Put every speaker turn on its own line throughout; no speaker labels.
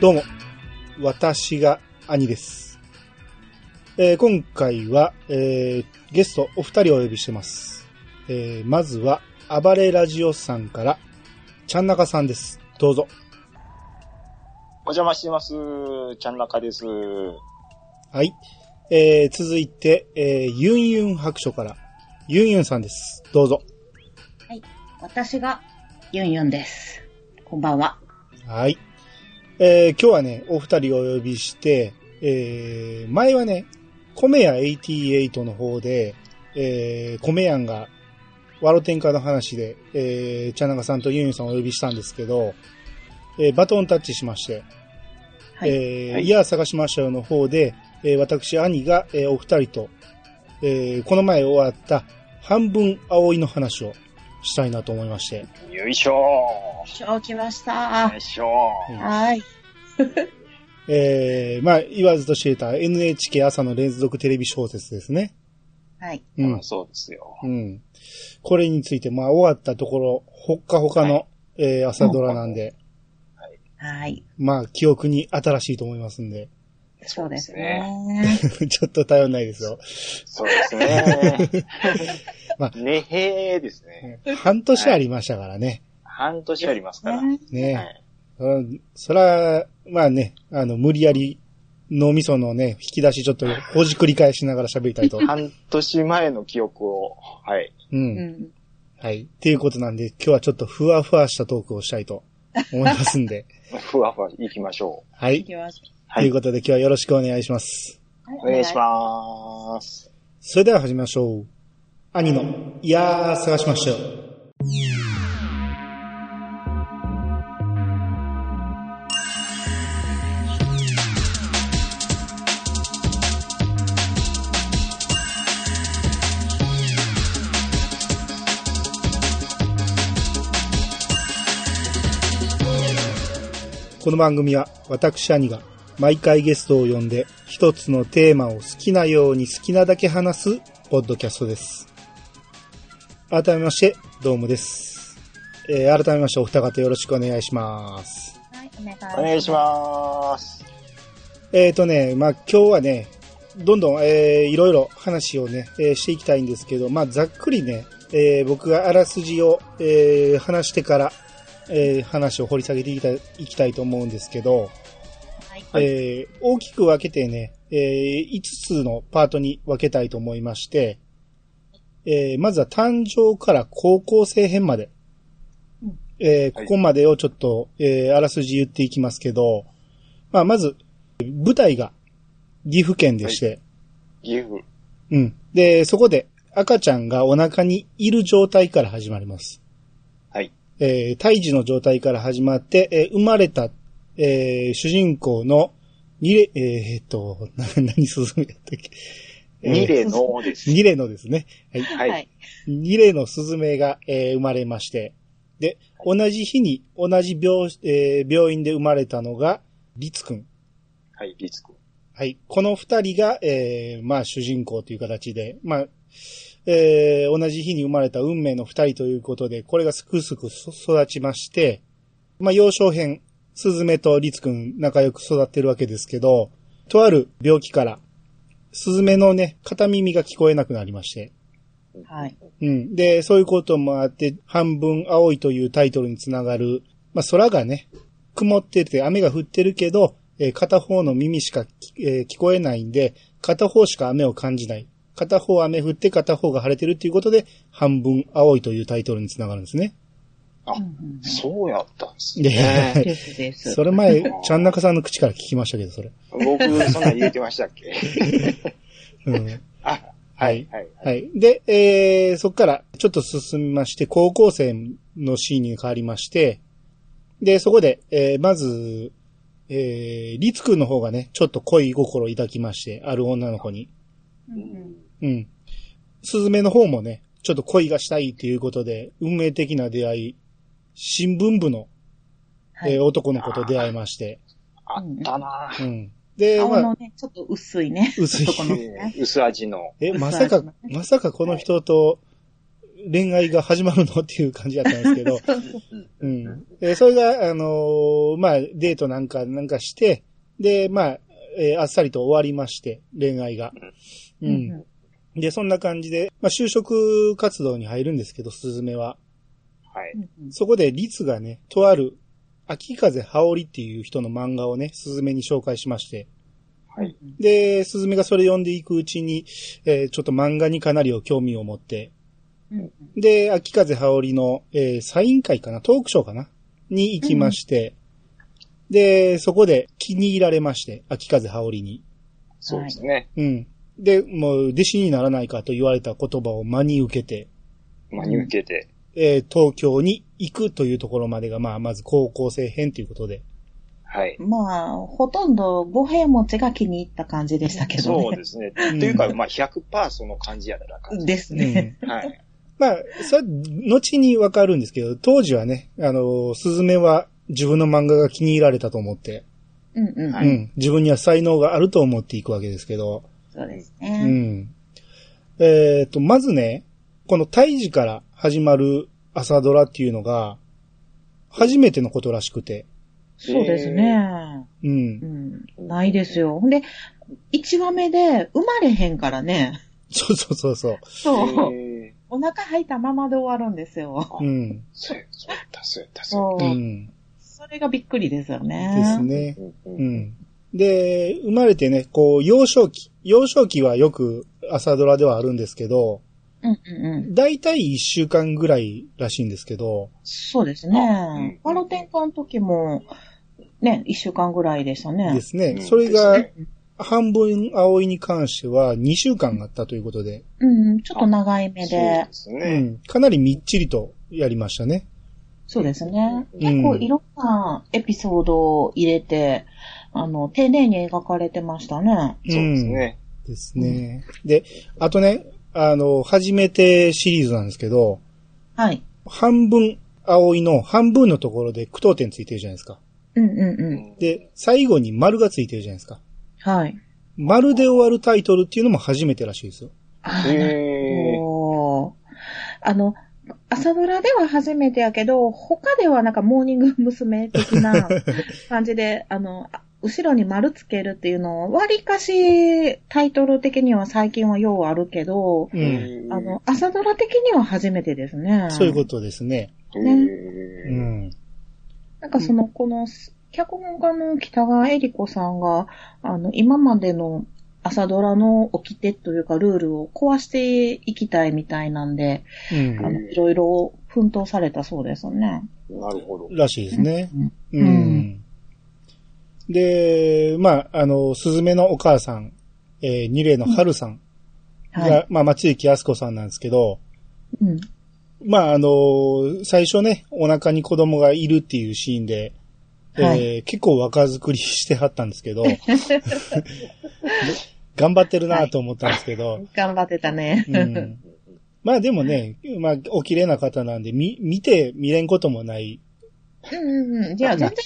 どうも、私が兄です。えー今回は、えーゲストお二人をお呼びしてます。えーまずは、暴れラジオさんから、ちゃんなかさんです。どうぞ。
お邪魔してます。ちゃんなかです。
はい。えー続いて、えーユンユン白書から、ユンユンさんです。どうぞ。
私がユンユンです。こんばんは。
はい。えー今日はね、お二人をお呼びして、えー前はね、コメヤ88の方で、えー、コメヤンが、ワロテンカの話で、えー、チャナガさんとユンユンさんをお呼びしたんですけど、えーバトンタッチしまして、
はい
えー
はい
いや、探しましたよの方で、えー私、兄が、えーお二人と、えーこの前終わった、半分葵の話をしたいなと思いまして、
よいしょ
今日来まし
ー。
た
よ。いしょ
うん
はい。
えーまあ、言わずと知れた NHK 朝の連続テレビ小説ですね。
はい。
ー。
う
うんん、。そうですよ。
うん。これについて、まあ、終わったところ、ほっかほかの、
は
えー朝ドラなんで、
はい。
まあ、記憶に新しいと思いますんで、
そうです
ね
ね。
ちょっと頼んないですよ。。
そうですね
まあ
ねへーですね。
半年ありましたからね。
半年ありますから。
ね
ね、
はい
うんそら、まあね、あの、無理やり、脳みそのね、引き出しちょっとほじくり返しながら喋りた いと。
半年前の記憶を、はい。
うん
う。ん。
はい。っていうことなんで、今日はちょっとふわふわしたトークをしたいと思いますん で。
ふわふわ行きましょ
は
行
い。
きます。
はい
ということで今日はよろしくお願いします。
う。お願いしまーす。
それでは始めましょう。兄の、いやー、探しましたよ。この番組は私兄が毎回ゲストを呼んで一つのテーマを好きなように好きなだけ話すポッドキャストです。改めまして、どうもです。えー改めましてお二方よろしくお願いします。
はい、お願いします。
お願いしまーす。
えーとね、まあ今日はね、どんどん、えーいろいろ話をね、えーしていきたいんですけど、まあざっくりね、えー僕があらすじを、えー話してから、えー話を掘り下げていきたいいきたいと思うんですけど、
はい。
はい
えー大きく分けてね、え5つのパートに分けたいと思いまして、えーまずは誕生から高校生編まで、
うん
えーこ
はい
こまでをちょっと、えーあらすじ言っていきますけど、まあ、まず、舞台が岐阜県でして、
岐阜。
うん。で、そこで赤ちゃんがお腹にいる状態から始まります。
はい。
えー胎児の状態から始まって、えー生まれた、えー主人公のニレ、えーえーっと、 な、何進めやったっけ
二。例ので す
えー。ニレのですね。はい。
はい
はい。
ニレのスズメが、えー生まれまして。で、同じ日に同じ病、えー病院で生まれたのが、リツくん。
はい、リツくん。
はい。この二人が、えーまあ主人公という形で、まあ、えー同じ日に生まれた運命の二人ということで、これがすくすくそ育ちまして、まあ幼少編、スズメとリツくん仲良く育ってるわけですけど、とある病気から、スズメのね、片耳が聞こえなくなりまして、
はい。
うん。で、そういうこともあって、半分青いというタイトルにつながる、まあ、空がね、曇ってて雨が降ってるけど、えー片方の耳しかき、えー聞こえないんで、片方しか雨を感じない。片方雨降って片方が晴れてるっていうことで、半分青いというタイトルにつながるんですね。
あ
うんうん
そうやったんです
いや
ね。
ですです。
それ前、ちゃんなかさんの口から聞きましたけど、それ。
僕、そんなん言えてましたっけ
うん。
あ、
はい。
はい。
はい。で、えー、そこからちょっと進みまして、高校生のシーンに変わりまして、で、そこで、えー、まず、えー、リツくんの方がね、ちょっと恋心を抱きまして、ある女の子に。
うんうん
うん。スズメの方もね、ちょっと恋がしたいということで、運命的な出会い、新聞部の、
は
えー
い。
男の子と出会いまして、
あったなぁ。
うん。で、
顔
ま
の
あ、
ね、ちょっと薄いね。
薄い
男の子ね。
薄味の。
え、まさか、まさかこの人と、恋愛が始まるのっていう感じだったんですけど、うん。えそれが、あのーまあ、デートなんか、なんかして、で、まあ、えーあっさりと終わりまして、恋愛が。
う
うん。
ん
で、そんな感じで、まあ、就職活動に入るんですけど、スズメは。
はい。
そこで、リツがね、とある、秋風羽織っていう人の漫画をね、スズメに紹介しまして。
はい。
で、スズメがそれ読んでいくうちに、えーちょっと漫画にかなりを興味を持って。
うん
で、秋風羽織の、えーサイン会かなトークショーかなに行きまして。で、そこで気に入られまして、秋風羽織に。
そうですね。
うん。で、もう、弟子にならないかと言われた言葉を真に受けて、
真に受けて。
えー東京に行くというところまでが、まあ、まず高校生編ということで。
はい。
まあ、ほとんど五平餅が気に入った感じでしたけど
そう
ね。
ですね。と
ん
いうか、まあ、100%その感じやった感じ。
です
う
ね。
ん
はい。
まあ、それ、後にわかるんですけど、当時はね、あの、スズメは自分の漫画が気に入られたと思って、
うんうん。
はい
うん、自分には才能があると思っていくわけですけど、
そうです
う
ね。
ん。えっ、と、まずね、この胎児から始まる朝ドラっていうのが、初めてのことらしくて、
そうですね。
うん
う。ん。ないですよ。ほんで、1話目で生まれへんからね。
そうそうそうそう。
そう。
へー
お腹入ったままで終わるんですよ。
うん。
そうや、そうやった、そうやった、そう
そうう。
ん。
それがびっくりですよね。
です
やっ
ね
た。。うん
う
うん
ん。で、生まれてね、こう、幼少期。幼少期はよく朝ドラではあるんですけど、
うんうんうん。
だいたい一週間ぐらいらしいんですけど、
そうです
あうん
ね。パロ転換の時も、ね、一週間ぐらいでしたね。
ですね。
うん
それが
です、
半分葵に関しては2週間あったということで、
うん、ちょっと長い目
そうで
で。
す
う
ね。
ん、かなりみっちりとやりましたね。
そうですね。
うん
結構いろんなエピソードを入れて、あの、丁寧に描かれてましたね。
そうですね。
うん。ですね。で、あとね、あの、初めてシリーズなんですけど、
はい。
半分、葵の半分のところで句読点ついてるじゃないですか。
うんうんうん。
うん
で、最後に丸がついてるじゃないですか。
はい。
丸で終わるタイトルっていうのも初めてらしいですよ。
あーなる
へー
ほどあの、朝ドラでは初めてやけど、他ではなんかモーニング娘。的な感じで、あの、あ後ろに丸つけるっていうのを、割かしタイトル的には最近はようあるけど、
う。
うんん
あの、朝ドラ的には初めてですね。
そういうことですね。
へ
う
ー
ん。
なんかその、この、脚本家の北川恵理子さんが、あの、今までの朝ドラの掟というかルールを壊していきたいみたいなんで、
う
あ
ん。
の、いろいろ奮闘されたそうですね。
なるほど。
らしいですね。
う
う
ん
ん。で、まあ、あの、すずめのお母さん、えー、二霊の春さんが、
はい。
まあ、松雪康子さんなんですけど、
うん。
まあ、あの、最初ね、お腹に子供がいるっていうシーンで、えー
は
結構若作りしてはったんですけど、 頑張ってるなと思ったんですけど、
頑張ってたね。
うんまあでもね、まあ、お綺麗な方なんで、み、見て見れんこともない。
うんうんうん。じゃあ全然大丈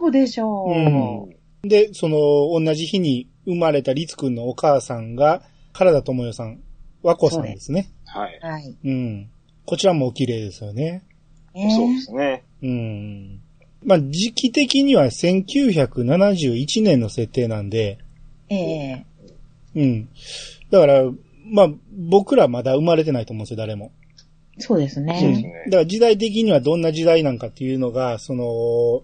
夫でしょう。
うんで、その、同じ日に生まれた律くんのお母さんが、原田智代さん、和子さんですね。
はい。
はい。
うん。こちらもお綺麗ですよね。
ね
そうですね。
うん。まあ、時期的には1971年の設定なんで、
ええ
うん。だから、まあ、僕らまだ生まれてないと思うんですよ、誰も。
そうです
そうです
ね。
ね
だから時代的にはどんな時代なんかっていうのが、その、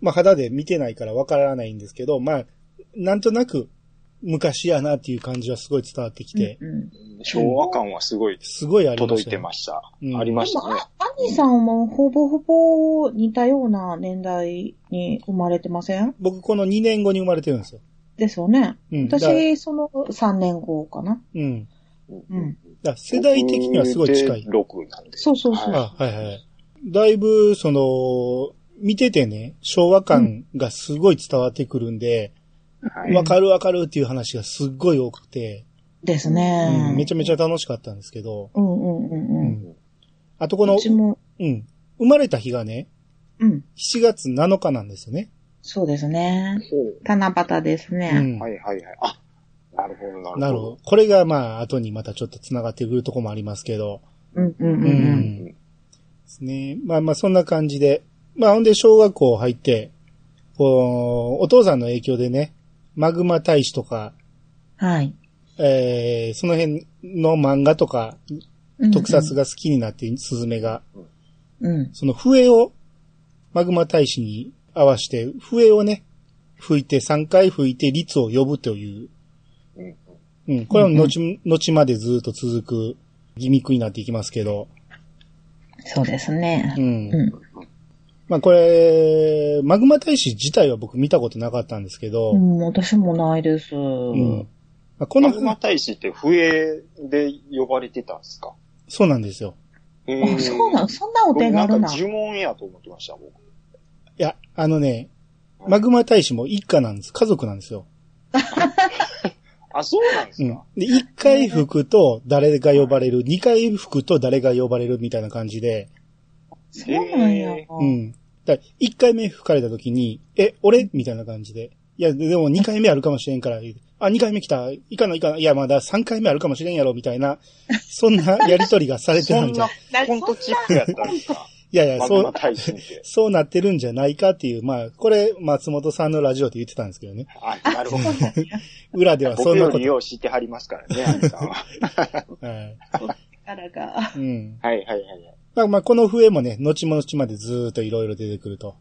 まあ肌で見てないからわからないんですけど、まあ、なんとなく昔やなっていう感じはすごい伝わってきて、
うんうん
昭和感はすごい
すごいありました、
届いてました。
うん
ありま
で
し
も、
たね。
あ、アニさんもほぼほぼ似たような年代に生まれてません
僕この2年後に生まれてるんですよ。
ですよね。
うん。だから
私、その3年後かな。
うん。
うん。
だから世代的にはすごい近い。
6なんです。
そうそうそう。
あ、はいはい。だいぶ、その、見ててね、昭和感がすごい伝わってくるんで、
は
わ、
い。
かるわかるっていう話がすっごい多くて、
です
う
ね
ん。めちゃめちゃ楽しかったんですけど、
うんうんうんうん。
あとこの
う、ちも、
うん。生まれた日がね、
うん。
7月7日なんですよね。
そうですね。
ほう
七夕です
う
ね。
ん。
はいはいはい。あ、なるほどなるほど。
なるほど。これがまあ、後にまたちょっと繋がってくるとこもありますけど、
うんうんうん
う
うん。
ん。ですね。まあまあそんな感じで。まあほんで小学校入って、こう、お父さんの影響でね、マグマ大使とか、
はい。
えー、その辺の漫画とか、特撮
が。
が好きになって、スズメが、
うん。
その笛を、マグマ大使に合わせて、笛をね、吹いて、3回吹いて、律を呼ぶという、
うん
うん、これは後、後までずっと続くギミックになっていきますけど、
そうです
う
ね。
ん。
うん。
まあこれ、マグマ大使自体は僕見たことなかったんですけど、
うん、私もないです。
うん
う
まあ、こ
マ
の
グ、マ大使って笛で呼ばれてたんですか
そうなんですよ。
へ
あ、そうなん、そんなお
僕
手
なん
軽
か
な。
呪文やと思ってました、僕。
いや、あのね、マグマ大使も一家なんです。家族なんですよ。
あ、そうなんで
う
す
ん
か。
で、一回吹くと誰が呼ばれる、二回吹くと誰が呼ばれるみたいな感じで、
そうなんや。
え
うん。だから一回目吹かれた時に、え、俺みたいな感じで。いや、でも二回目あるかもしれんから、あ、二回目来た。いかないかない。いや、まだ三回目あるかもしれんやろ、みたいな、そんなやりとりがされて
そ
るん
ん
じゃ
な
ない
コントチックやったんですか
いやいや、
マ
そ
グ
う
マ、大使って。
そうなってるんじゃないかっていう、まあ、これ、松本さんのラジオで言ってたんですけどね。
あ、 なるほど。
裏ではそ
僕
んな
よ
こ
り
と。
よう知ってはりますからね、アミさんは。
はい。
からが。
うん。
はいはいはいはい。
まあ、まあ、この笛もね、後々までずーっといろいろ出てくると。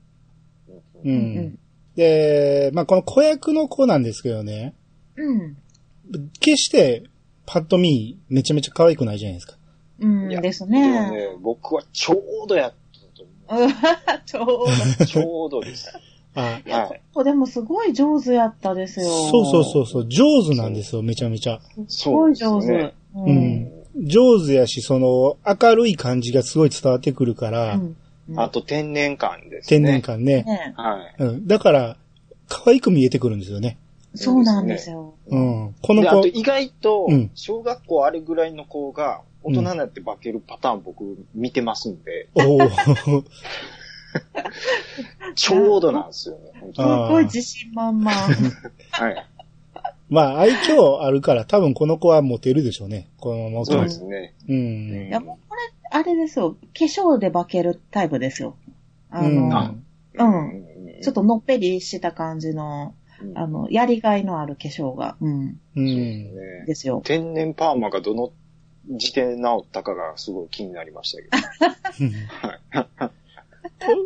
う
う。。
ん
うん
で、まあ、この子役の子なんですけどね、
うん。
決して、パッと見、めちゃめちゃ可愛くないじゃないですか。
うん。
いや
です
で
ね。
もね、僕はちょうどやったと思
うん ちょう
う。ちょうどです。
あ
ど。いや、
はい
これでもすごい上手やったですよ。
そうそうそうそう、上手なんですよ、めちゃめちゃ。
すごい上
そうです
手
ね。
う
うん。上手やし、その、明るい感じがすごい伝わってくるから、
うん
あと天然感ですね。
天然感ね。
ね
はい。
うん。だから、可愛く見えてくるんですよね。
そうなんですよ。
うん。この
で、あと
子、
意外と
うん、
小学校あれぐらいの子が、大人になって化けるパターン僕見てますんで、
おー
ちょうどなんですよね。本
す
当に
あー
ごい自信満々。
はい。
まあ、愛嬌あるから多分この子はモテるでしょうね。このまま
そうですね。
う
うん
ん。
いや、もうこれ、あれですよ。化粧で化けるタイプですよ。あ
うん
の、うん
ん
ちょっとのっぺりした感じの、
うん
あの、やりがいのある化粧が、うん、
う。
そうんですね
ですよ。
天然パーマがどの時点で治ったかがすごい気になりましたけど。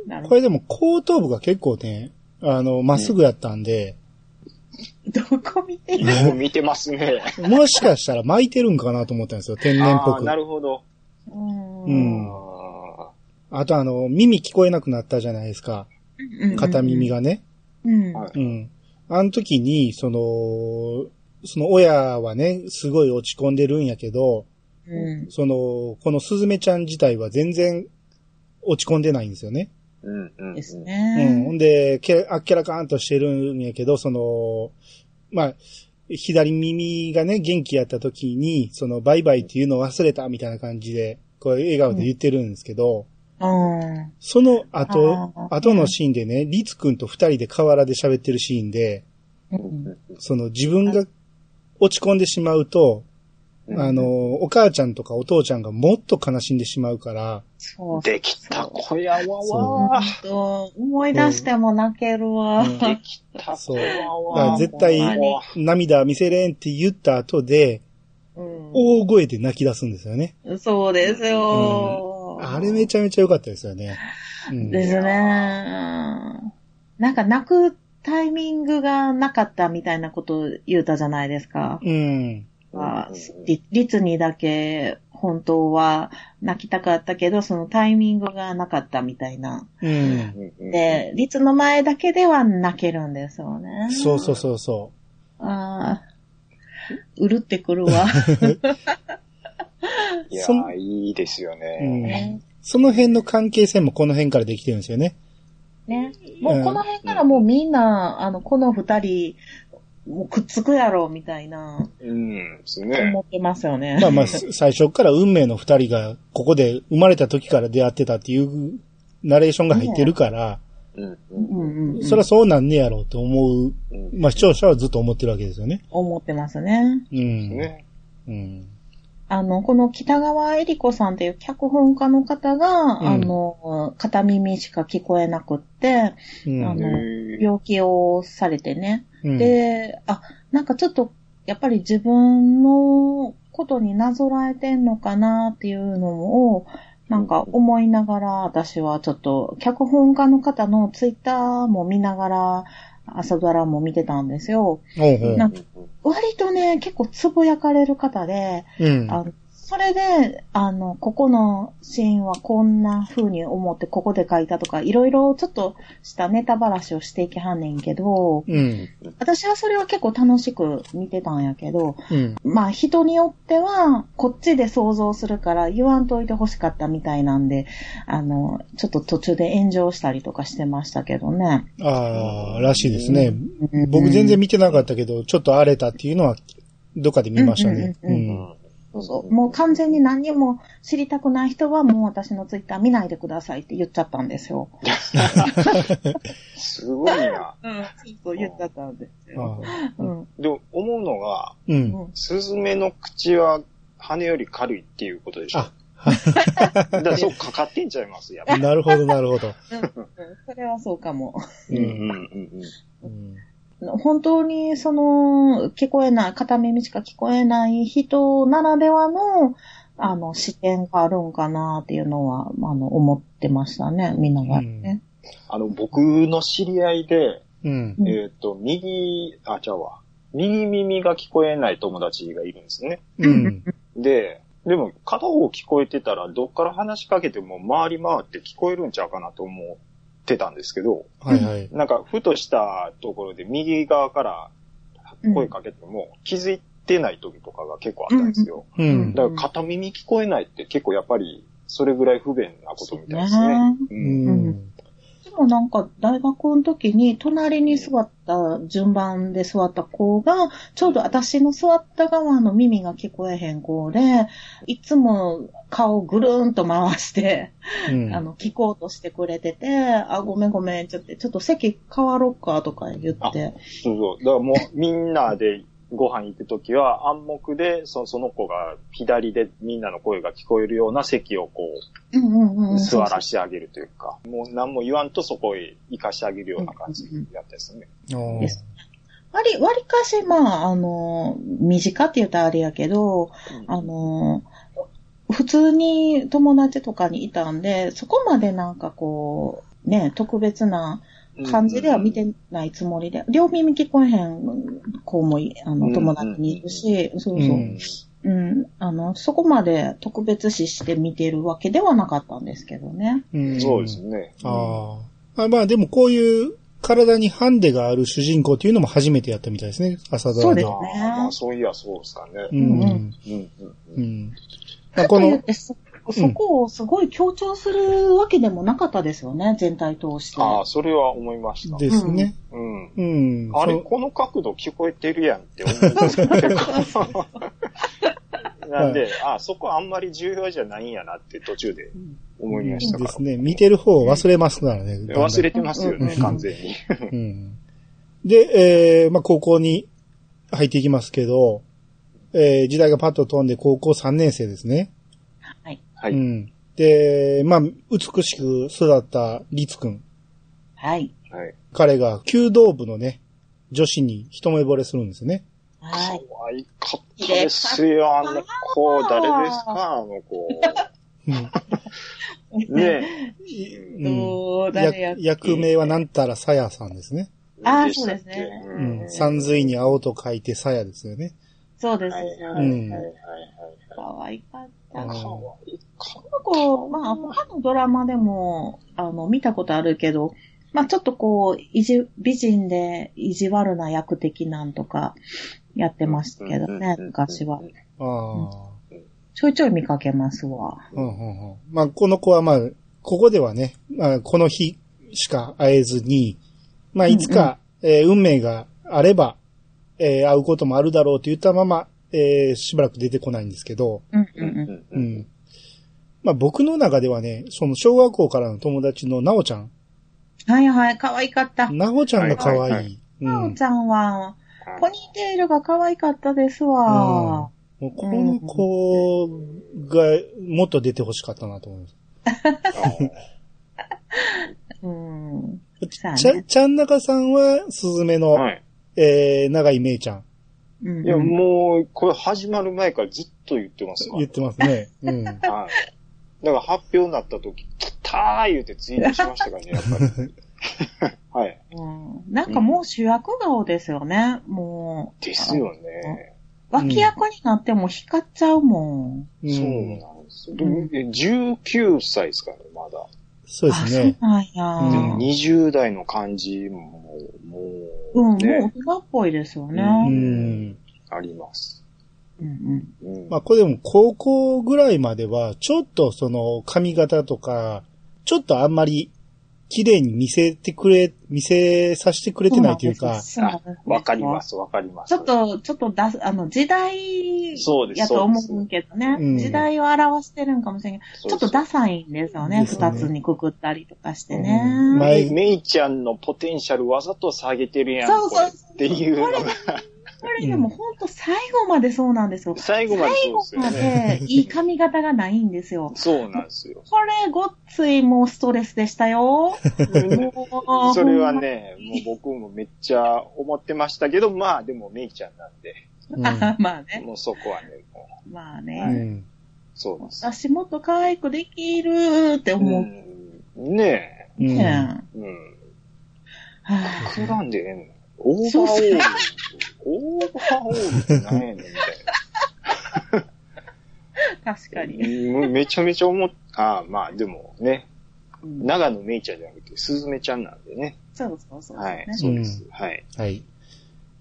なる
こ
ほ
れでも後頭部が結構ね、あの、まっすぐやったんで、
ど。どこ見 てる
よく見てますね。
もしかしたら巻いてるんかなと思ったんですよ、天然っぽ
ああ、
く。
な
あ
るほど。
う
うん
ん。
あ
とあの、耳聞こえなくなったじゃないですか。片耳
が。
がね。
うん。
はい
うん。あの時に、その、その親はね、すごい落ち込んでるんやけど、
うん。
その、このスズメちゃん自体は全然落ち込んでないんですよね。
ーうんうんうん。
です
うん。
ね
ほ。んで、けあっけらかんとしてるんやけど、その、まあ、左耳がね、元気やった時に、その、バイバイっていうのを忘れたみたいな感じで、こう、笑顔で言ってるんですけど、
うん。
その後、
あー
後のシーンでね、リツくんと二人で河原で喋ってるシーンで、
う
うん
ん。
その、自分が落ち込んでしまうと、
うん
あの、お母ちゃんとかお父ちゃんがもっと悲しんでしまうから、
そう。
できた子やわ
ほ
わ
ん。と思い出しても泣けるわ。
うん
できた子や
だか
わ
ら
わ。
絶対
ほんまに
涙見せれんって言った後で、
う
大声で泣き出すんですよね。
ん。そうですよ。
あれめちゃめちゃ良かったですよね。うん
ですね。なんか泣くタイミングがなかったみたいなことを言うたじゃないですか。
うん。
まあ
うん
リリツにだけ本当は泣きたかったけど、そのタイミングがなかったみたいな。
うん。
うん
で、リツの前だけでは泣けるんですよね。
そうそうそうそ
ああ。うるってくる わ。
いや
そん
ー、いいですよ
う。うん
ね。。
その辺の関係性もこの辺からできてるんですよね。
ね。もうこの辺からもうみんな、あの、この二人、もうくっつくやろ、みたいな、
うん、ですね
思。ってますよね。
まあまあ、す最初から運命の二人がここで生まれた時から出会ってたっていうナレーションが入ってるから、
うんう
うん
ん
うんうん。
そりゃそうなんねやろうと思う、
うん。
まあ視聴者はずっと思ってるわけですよね。
思ってますね。
うん。
ね。
うん。
あの、この北川恵理子さんっていう脚本家の方が、
ん
あの、片耳しか聞こえなくって、
うん
あの
へー
病気をされてね。
うん
で、あ、なんかちょっと、やっぱり自分のことになぞらえてんのかなっていうのを、なんか思いながら、私はちょっと、脚本家の方のツイッターも見ながら、朝ドラも見てたんですよ。
ほうほう
なん割とね、結構つぶやかれる方で、
うん
あのそれで、あの、ここのシーンはこんな風に思ってここで書いたとか、いろいろちょっとしたネタばらしをしていきはんねんけど、
うん。
私はそれは結構楽しく見てたんやけど、
うん。
まあ人によっては、こっちで想像するから言わんといてほしかったみたいなんで、あの、ちょっと途中で炎上したりとかしてましたけどね。
ああ、らしいですね。
うん
僕全然見てなかったけど、ちょっと荒れたっていうのは、どっかで見ましたね。
うんうん
うん
うんうん
そうもう完全に何にも知りたくない人はもう私のツイッター見ないでくださいって言っちゃったんですよ。
すごいな。
うん、そう言っちゃったんですよ。
あ
うん。
でも、思うのが、
ーうん。
スズメの口は羽より軽いっていうことでしょ
あ。
だからそうかかってんちゃいます、やっぱ。
なるほど、なるほど。
それはそうかも。
うんうんうん
うん
本当にその、聞こえない、片耳しか聞こえない人ならではの、あの、視点があるんかなっていうのは、あの、思ってましたね、見ながらね。
あの、僕の知り合いで、
うん。
うん
えっと、右、あ、ちゃうわ。右耳が聞こえない友達がいるんですね。
うん。
で、でも片方聞こえてたら、どっから話しかけても回り回って聞こえるんちゃうかなと思ってたんですけど、
はいはい。
なんか、ふとしたところで右側から声かけても気づいてない時とかが結構あったんですよ。
うん
だ。から片耳聞こえないって結構やっぱり、それぐらい不便なことみたいですね。
ね
う
うんん。
でもなんか、大学の時に、隣に座った、順番で座った子が、ちょうど私の座った側の耳が聞こえへん子で、いつも顔ぐるーんと回して、
うん
あの、聞こうとしてくれてて、あ、ごめんごめん、ちょっと、ちょっと席変わろっかとか言って。
そうそう。だからもう、みんなでご飯行くときは、暗黙でそ、その子が左でみんなの声が聞こえるような席をこ
うんうんうんう
う、
ん。
座ら
し
してあげるというか、もう何も言わんとそこへ行かしてあげるような感じだったですね。
おー
です割、割かし、まあ、あの、短って言ったらあれやけど、あの、普通に友達とかにいたんで、そこまでなんかこう、ね、特別な感じでは見てないつもりで、両耳聞こえへん子もい、あ
うん
の、友達にいるし、そうそうう。
ん
うん、あの、そこまで特別視して見てるわけではなかったんですけどね。
うん
そうですね。
あーあ。まあでもこういう体にハンデがある主人公っていうのも初めてやったみたいですね。朝ドラで
そ
は。
うですね
あーまあ、そういや、そうですか
う
ね。
ん。
うんう
う
んう
うんん。まあ
か
こと
いっ
の、
てそ、そこをすごい強調するわけでもなかったですよね、全体通して。
ああ、それは思いました。
ですね。
うん。
うん。
あれ、
そう
この角度聞こえてるやんっ て思う。なんで、あ、そこあんまり重要じゃないんやなって途中で思いましたか
で
ら。
すね。見てる方を忘れますからね。
忘れてますよ
うんうん
ね
う、ん
完全に。
うんで、えーまあ、高校に入っていきますけど、えー時代がパッと飛んで高校3年生ですね。
はい。
うん。で、まあ、美しく育った律くん。
はい。
はい。
彼が弓道部のね、女子に一目惚れするんですね。
はい。
可愛かったですよ、あの子。誰ですか、あの子。
うん
ね
うん
どう誰や
や役名はなんたらさやさんですね。
あー
でしたっけ
そうですね
う。
うんん。
三髄に青と書いてさやですよね。
そうです
はいはい
よ
は
う
い
ね
ね。
ん
はいはい。
可愛かった。
うん
可
こ
愛かっ
の子、まあ、他のドラマでも、あの、見たことあるけど、まあ、ちょっとこう、意地、美人で意地悪な役的なんとか、やっててましたけどね、昔は。。
ああ。
ちょいちょい見かけますわ。
うんうんうん。まあ、この子はまあ、ここではね、まあ、この日しか会えずに、まあ、いつか、えー運命があれば、えー会うこともあるだろうと言ったまま、えーしばらく出てこないんですけど、
うん
う
うんんうん。
う
うんん。まあ、僕の中ではね、その小学校からの友達のなおちゃん。
はいはい、可愛かった。
なおちゃんが可愛い。
はいはいは
う
なお
ん
ち。ゃんは、ポニーテールが可愛かったですわ。
もうこの子がもっと出てほしかったなと思います。
うん。そうね
ちゃ、ちゃんなかさんは、すずめの、
はい。
えー、長井めいちゃん。
うん
いや、もう、これ始まる前からずっと言ってますか
言ってますね。うん。
ら。はい。だから発表になった時、来たー言うてツイートしましたからね、やっぱり。 はい。
うんなんかもう主役顔ですよね。もう。
ですよね。
あの。脇役になっても光っちゃうもん。
う、
そうんなんですよ。
うん
で19歳ですからね、まだ。
そうですね。
あ、
うん
で
そうなんや
も。20代の感じも、もう、
うん、も
ね、
う大人っぽいですよね。
う。
うそうんあります。
うんうん
うん。
まあ、これでも高校ぐらいまでは、ちょっとその髪型とか、ちょっとあんまり綺麗に見せてくれ、見せさせてくれてないというか、
そうなんですよ
わかりま。す、わかります。
ちょっ、と、ちょっと出す、あの、時代
そうです
やと思うけど
そ
ね
うですうん。
時代を表してるんかもしれんけど、ちょっとダサいんですよね。
ですね
二つにくくったりとかして
うん
ね。
前
めめいちゃんのポテンシャルわざと下げてるやん。
そうそう
これっていうのが、
これでも本当最後までそうなんですよ。
最後まで
最後
そうで
ます
よね。
でいい髪型がないんですよ。
そうなんですよ。
これ、ごっついもうストレスでしたよ。もう
それは。ね、もう僕もめっちゃ思ってましたけど、まあでもめいちゃんなんで、
うん
あ まあね。
もうそこはね、もう、
まあ
う
ね。
ん。
そうなんです。
私もっと可愛くできるって思う
うんね
う
ね。
ん。
え。うん。
は
そらんでええのオー
そう
バーオ
そ
ー
う
ル。オーバーオールって何やねんみたいな。
あ確かに。
めめちゃめちゃ思っ、ああ、まあでもね、
うん
長野めいちゃんじゃなくて、すずめちゃんなんでね。
そうそうそう。
はい、
ね
そうです。はい。
はい。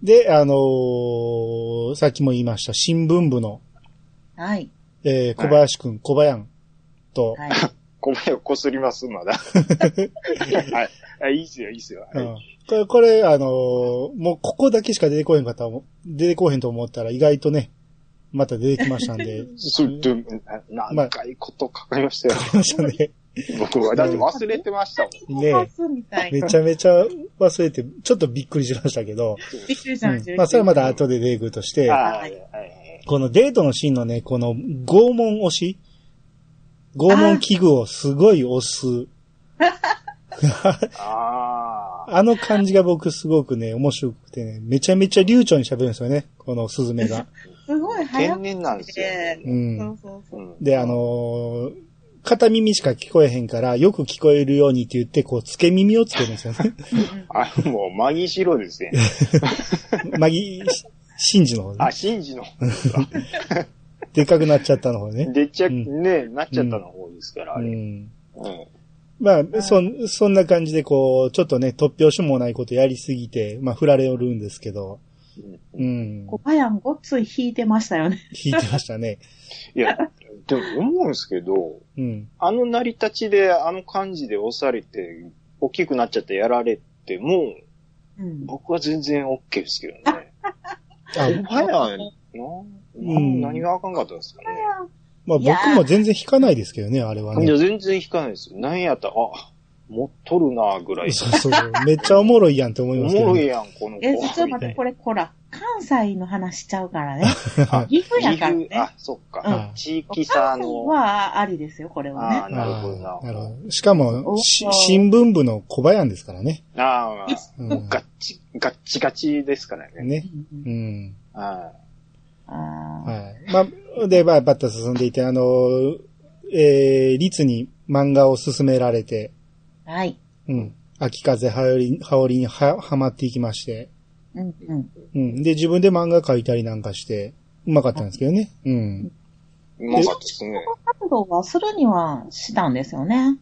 で、あのーさっきも言いました、新聞部の、
はい。
えー、小林くん、小林と、
はい。
ごめん、こすります、まだ。 はいあ。いいっすよ、いいっすよ。
う
はい
んこれ、これ、あのーもうここだけしか出てこへんかったも、出てこへんと思ったら意外とね、また出てきましたん で、
それで、な何回ことかかりました よ。
ましたね。
僕は。だって忘れてましたもん。
ね
パスみたい
め
な。
ちゃめちゃ忘れて、ちょっとびっくりしましたけど、
びっくりし
う
たん
ん
ですよ。
まあそれはまだ後で出てくるとして、
ああ
はい
はい
このデートのシーンのね、この拷問押し拷問器具をすごい押す。
ああ。
あの感じが僕すごくね、面白くてね、めちゃめちゃ流暢に喋るんですよね、このスズメが。
すごい早
天
く
然なんですよね。
う
そ
ん。
うそうそうう。
ん
で、あ、のー片耳しか聞こえへんから、よく聞こえるようにって言って、こう、付け耳をつけるんですよね。
うん
あ、もう、マギシロですね。
マギ、シンジの方
あ、
ね。
シンジの。
でっかくなっちゃったの方ね。
でっちゃ、
うん
ね、なっちゃったの方ですから、あ
う
れ。
ん。
うん
まあ、そん、そんな感じで、こう、ちょっとね、突拍子もないことやりすぎて、まあ、振られるんですけど、
う
うんん。
こう、パヤンごっつい引いてましたよね。
聞いてましたね。
いや、でも思うんですけど、
うん。
あの成り立ちで、あの感じで押されて、大きくなっちゃってやられても、
うん。
僕は全然 OK ですけどね。
あ
お前らな、な
うん
何があかんかったんですかね。
まあ、
いやー
僕も全然引かないですけどね、あれはいね
や、。全然引かないですよ。何やったら、あ、持っとるな、ぐらい。
そうそう。めっちゃおもろいやんって思
お
いますけど
もろい
ね。
やん、この子。
え、ちょっと
み
待
た
っ
い
て、
な
これ、こら、関西の話しちゃうか らね。
はい
岐阜や
岐
から
阜
ね。
あ、そっか
う。ん
地
関
域
西
差の、
はありですよ、これは
あ
ね
ー。なるほどな
あーなるほど。しかも、
お
し新聞部の小林ですからね。
あ
う
あ、
ん。
ガッチ、ガッチガチですからね。
ね。
う
う
んうん
ん。
あ
あー
はい。まあ、で、まあ、バッタ進んでいて、あのー、えー、律に漫画を勧められて、
はい。
うん。秋風羽織、羽織には、はまっていきまして。
うんうん。
うん。で、自分で漫画描いたりなんかして、うまかったんですけどね。うん。
うまかったですね。
活動はするにはしたんですよね。
ん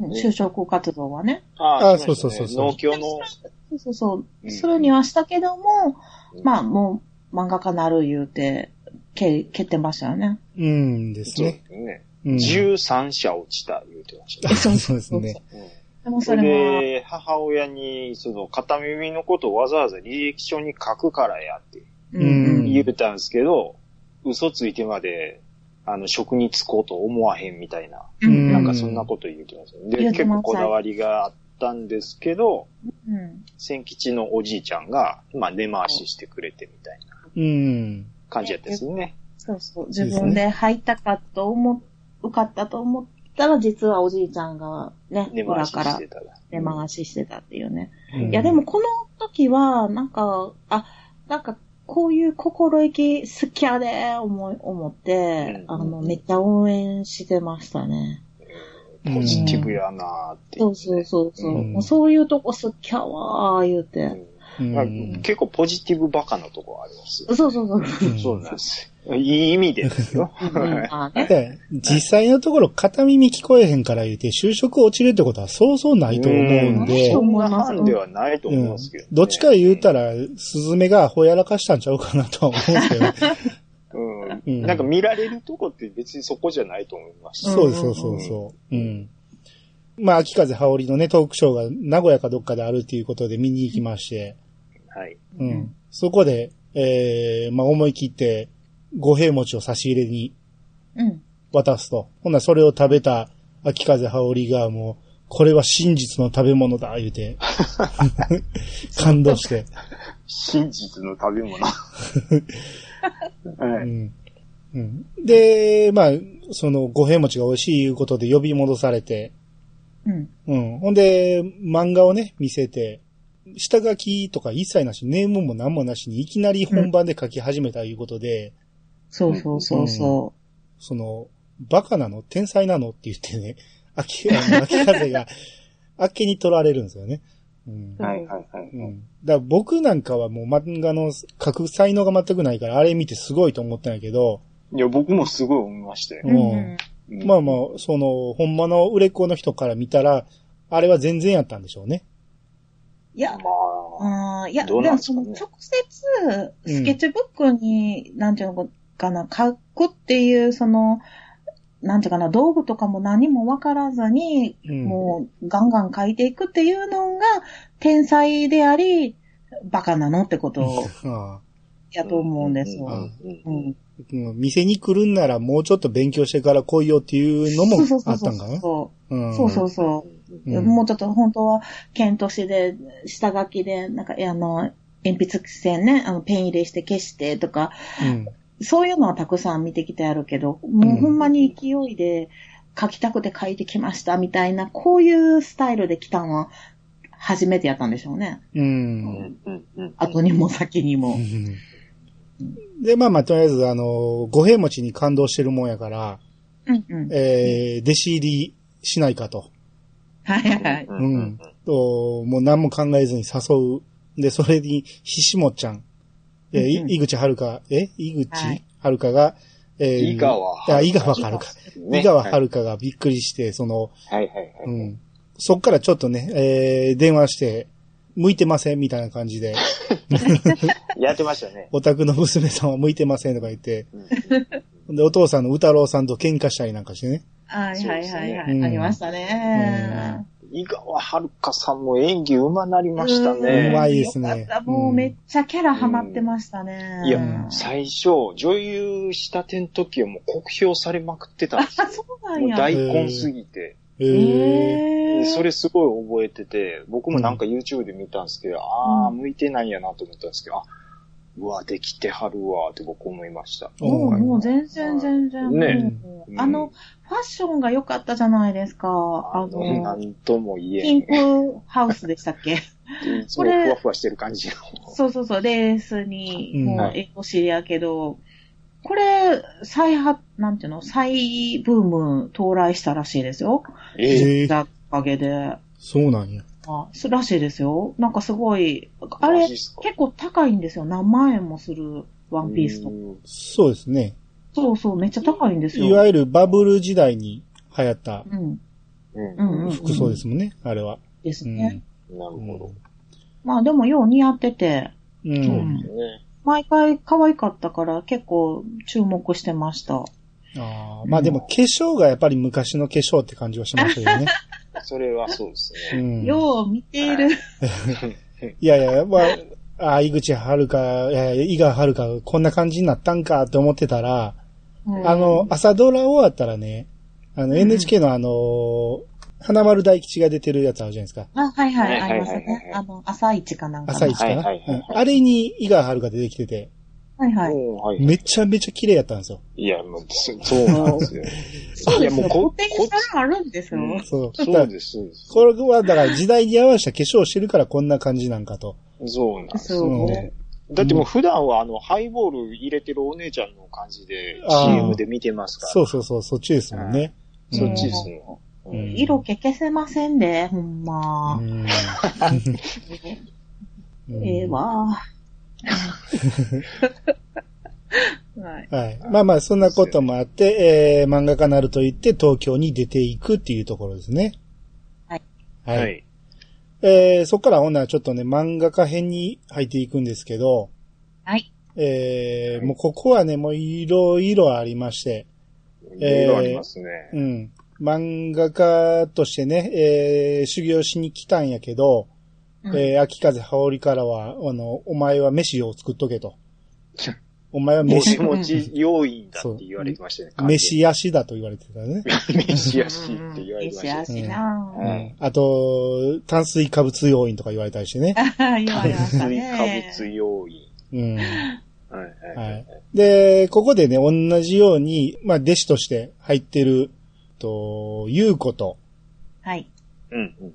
就職活動はね。
あ
あ
あ、
そうそう
で
そう
すね
そう
農協の、
そうそうそうう。
ん
するにはしたけども、まあ
あ、
もう漫画家なる言うて、け、蹴ってましたよね。
うんです
そう
ね
で。すね。
うん。
13社落ちた、言うてました
あ
ね。
そうそうですね。
うん
でもそ
それ
れは、
で、母親に、その、片耳のことをわざわざ履歴書に書くからやって
うん
うん
言うたんですけど、嘘ついてまで、あの、職に就こうと思わへんみたいな、
う
うん
ん。
なんかそんなこと言うてますよ。で、
言うて
結
ます
構こだわりがあったんですけど、
うん
千吉のおじいちゃんが、まあ、根回ししてくれてみたいな。
うん。
感じやったですね。
そうそう。自分で入ったかと思、受かったと思ったら、実はおじいちゃんがね、
根回
裏
し
か
し
ら
てたら。
根回ししてたっていうね。
うん
いや、でもこの時は、なんか、あ、なんか、こういう心意気好きやで、思い、思って、
うん
あの、めっちゃ応援してましたね。
うん
ポジティブやなーってい
そううそうそうそう。
うん
もうそういうとこ好きやわー、言うて。
うん
うん結構ポジティブバカなとこありますよ。
そうそうそう。
そうなんですよ。いい意味でですよ。
うんあね
で実際のところ片耳聞こえへんから言うて、就職落ちるってことはそうそうないと思うんで、
そ
うん
な班ではないと思いますけど、ね
うんどっちか言うたら、
ら、
スズメがほやらかしたんちゃうかなとは思うんですけど。
うん
うん
なんか見られるとこって別にそこじゃないと思いますし。
そうです、そうそうそう。うん。まあ、秋風羽織のね、トークショーが名古屋かどっかであるっていうことで見に行きまして、
はい。
うん。
うん
そこで、えー、まあ思い切って、五平餅を差し入れに
うん。
渡すと。ほんならそれを食べた秋風羽織がもう、これは真実の食べ物だ、言う て。感動して。
真実の食 べ物。
う
はい。
ん。うん。で、まあ、その五平餅が美味しいいうことで呼び戻されて、
うん。
うん。ほんで、漫画をね、見せて、下書きとか一切なし、ネームも何もなしに、いきなり本番で書き始めたいうことで、
そうそうそうそ
その、バカなの天才なのって言ってね、 秋、あの秋風が、 あっけに取られるんですよね。うん。
はいはいはい。
うん。だから僕なんかはもう漫画の書く才能が全くないから、あれ見てすごいと思ったんやけど、
いや、僕もすごい思いましたよ
う。
う。
うんん。
うん
まあまあ、その、ほんまの売れっ子の人から見たら、あれは全然やったんでしょうね。
いや、
まあ、
あーいや、で
どうなん
も
です
そ
か
の
ね
直接、スケッチブックに、なんていうのかな、書くっていう、その、なんていうかな、道具とかも何もわからずに、
うん。
もう、ガンガン書いていくっていうのが、天才であり、バカなのってこと
あ
やと思うんです
うん
よ。
うん
う。ん。
あうん店に来るんならもうちょっと勉強してから来いよっていうのも
そうそうそ
あ
う
ったんかな
そ
うん
う。そうそうそう。
うん
もうちょっと本当は、剣としで、下書きで、なんか、あの、鉛筆線ね、あの、ペン入れして消してとか、
うん。
そういうのはたくさん見てきてあるけど、もうほんまに勢いで書きたくて書いてきましたみたいな、こういうスタイルで来たのは初めてやったんでしょうね。
うん。
うんうん。
後にも先にも。
で、まあまあ、とりあえず、あの、五平餅に感動してるもんやから、
うんうん。
えー、弟子入りしないかと。
はいはい。
う
うん
ん。
ともう何も考えずに誘う。で、それに、ひしもちゃん、えーい
うんうん
井口遥か、え井口
はい
遥かが、えー、
井川遥
あ、井川遥か。
ね
井川遥かがびっくりして、その、
はいはいはい。
うん。そっからちょっとね、えー、電話して、向いてませんみたいな感じで、
やってましたね。
お宅の娘さんは向いてませんとか言って、
うん
で、お父さんの宇太郎さんと喧嘩したりなんかしてね。
はいはいはいは
そうですね
い。ありましたね。
井川遥さんも演技うまなりましたね
う。まいですね
よかったもうめっちゃキャラハマってましたね。
いや
う、ん
最初、女優したての時はもう酷評されまくってたんです
あ、
よ。
そうなん
もう
や。
大根すぎて。
えー
え
それすごい覚えてて、僕もなんか YouTube で見たんですけど、ああ、
うん
向いてないんやなと思ったんですけど、あ、うわ、できてはるわ、って僕思いました。
も
う
う、
ん
もう全然全然。
ね
もう
うん
あの、ファッションが良かったじゃないですか。あ
あの、な
の、
んとも言
ピ
えん
ン。クハウスでしたっ け
いつ
こ
もふ
れ
わふわしてる感じの。
そうそうそう、レースに、
うん
もう、えお尻やけど、これ、再発、なんていうの、再ブーム到来したらしいですよ。
ええ
えー
だおかげで。
そうなんや。
あ、すらしいですよ。なんかすごい、あれ、
マジっ
結
すか
構高いんですよ。何万円もするワンピースと
う
か。
ん
そうですね。
そうそう、めっちゃ高いんですよ。
いわゆるバブル時代に流行った
うん、
うん
うん、うんうん。
服装ですもんね、あれは。
です
う
ね。
ん。
なるほ
まあでもよう似合ってて、
う。
ど。そうんですね。
毎回可愛かったから結構注目してました。
あーまあでも化粧がやっぱり昔の化粧って感じはしましたよ ね。
それはそうです
う
ね。
ん、い
よう見ている。
やいや、まあ、あー井口遥か、いやいや井川遥かがこんな感じになったんかって思ってたら、
うん
あの、朝ドラ終わったらね、あの NHK のあのー花丸大吉が出てるやつあるじゃないですか。
あ、はいは、
はいいは
あ
いはいは
りま
い
すね。あの、朝一かなんかの。
朝一かな、
はいはいはいはい
うんあれに井川遥が出てきてて、
はいは
う
い。
ん、はい。
めちゃめちゃ綺麗やったんですよ。
いや、もう、そそうなんですよ。
そうです
いやも
よ。
うこ
ポテンシャルあるんですよ。
うん
そう。だか
そう
ら
です、そうです。
これはだから時代に合わせた化粧をしてるからこんな感じなんかと。
そうなんです
そう
ん
よね。だってもう普段はあの、ハイボール入れてるお姉ちゃんの感じで
あー
CM で見てますから。
そうそうそう、そっちですもんね。
うん
う
そ
ん
っちですね。
うん
うん
色気消せませんで、ほんま。
うん
ええわ。 はい。
はい。まあまあ、そんなこともあって、えー、漫画家なると言って東京に出ていくっていうところですね。
はい。
はい。
はい。
えー、そっからほんならちょっとね、漫画家編に入っていくんですけど、
はい。
えーもうここはね、もういろいろありまして、
いろいろありますね。
うん。漫画家としてね、えー、修行しに来たんやけど、
うん
えー、秋風羽織からは、あの、お前は飯を作っとけと。お前は
もち
飯、
もち要員だって言われてましたね。完全に
飯足だと言われてたね。
飯やしって言われてましたね。
飯やしな
う
うん
ん。あと、炭水化物要因とか言われたりしてね。
ぁ。 言われまし た
炭水化
ね。
物要員。
うん。
はいは
はい
はい
い。で、ここでね、同じように、まあ、弟子として入ってる、と、ゆうこと、
はい。
うんうんうん。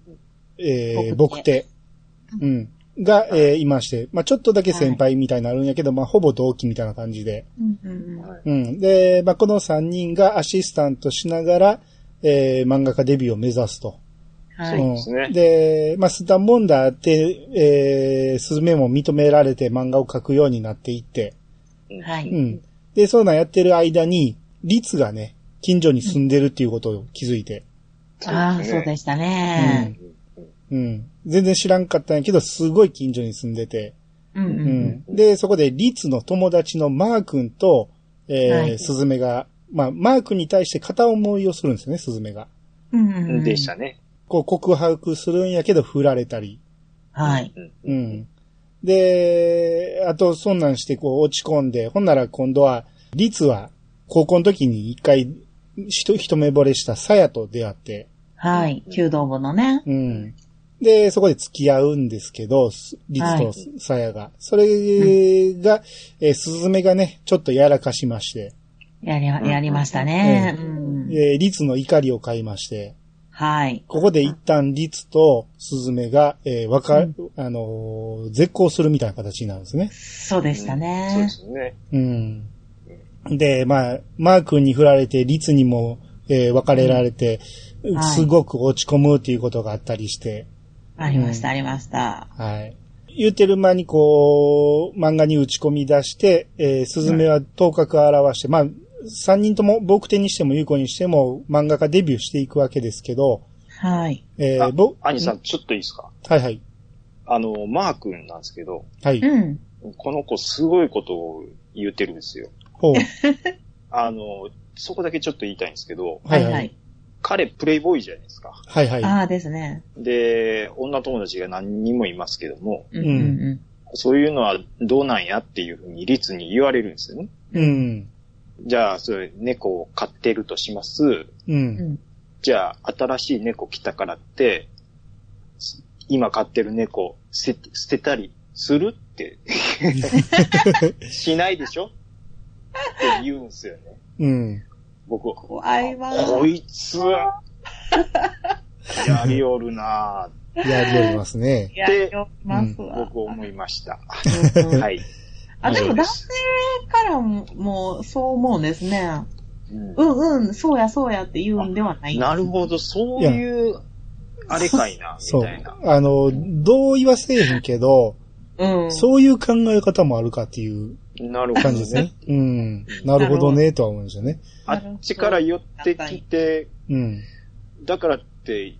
えー、僕
僕
手。うん。が、えーいまして、まあ、ちょっとだけ先輩みたいになるんやけど、まあ、ほぼ同期みたいな感じで。
うんうんうん。
うん。で、まあ、この3人がアシスタントしながら、えー、漫画家デビューを目指すと。
は
そう
い。
ですね
んで、まあ、スタンモンダーって、えー、スズメも認められて漫画を描くようになっていって、う
はい。
ん。で、そうなんやってる間に、リツがね、近所に住んでるっていうことを気づいて、
ああ、そうで
し
した
た
ね。
うん。全然知らんかったんやけど、すごい近所に住んでて、
うん
う
うんん。。
で、そこでリツの友達のマー君と、えー
はい
スズメが、まあ、マー君に対して片思いをするんですよね、スズメが。
うんうんうん。
でしたね。
こう告白するんやけど、振られたり、
はい。
うん
う。ん。で、あと、そんなんして、こう、落ち込んで、ほんなら今度は、リツは、高校の時に一回、一一目惚れしたサヤと出会って、
はい。弓道部のね。
うん。で、そこで付き合うんですけど、すリツとサヤが。それが、えースズメがね、ちょっとやらかしまして、
やり、やりましたね。うん。
えーリツの怒りを買いまして、
はい。
ここで一旦リツとスズメが、えーわか、
うん
あのー絶交するみたいな形になるんですね。
そうでした
そうで
ね。
すね。
うん。で、まあ、マー君に振られて、リツにも、えー別れられて、
んはい
すごく落ち込むっていうことがあったりして、
ありました、ありました。
はい。言うてる間にこう、漫画に打ち込み出して、えー、スズメは頭角を表して、まあ、三人とも、僕手にしても、ゆうこにしても、漫画家デビューしていくわけですけど、
はい。
え
あ
ー、ぼ、
兄さん、ちょっといいですか
はいはい。
あの、マー君なんですけど、
はい。
うん。
この子すごいことを言ってるんですよ。
ほう。
あの、そこだけちょっと言いたいんですけど、
は
はいい
は
はいい。
彼プレイボーイじゃないですか。
はいはい。
ああですね。
で、女友達が何人もいますけども、
うんうん
そういうのはどうなんやっていうふうに律に言われるんですよね。
うん。
じゃあ、それ、猫を飼ってるとします。
う。
うん。うんん。
じゃあ、新しい猫来たからって、す今飼ってる猫捨て、捨てたりするって、しないでしょって言うんですよね。
うん。
僕、
怖いわ。
こいつ、やりおるなぁ、
やりおりますね。
やりますわ。
僕思いました。
うん
はい。
あ、でも
以上
男
す
性からも、もうそう思うんですね。
うん
うんうん、そうやそうやって言うんではない。
なるほど、そういう、あれかいな、
そ
み
う
たいな。。
あの、同意はせえへんけど、
うん。
そういう考え方もあるかっていう
なるほど
感じですね。うん。なるほどね、とは思うんですよね。
あっちから寄ってきて、
うん。
だからって、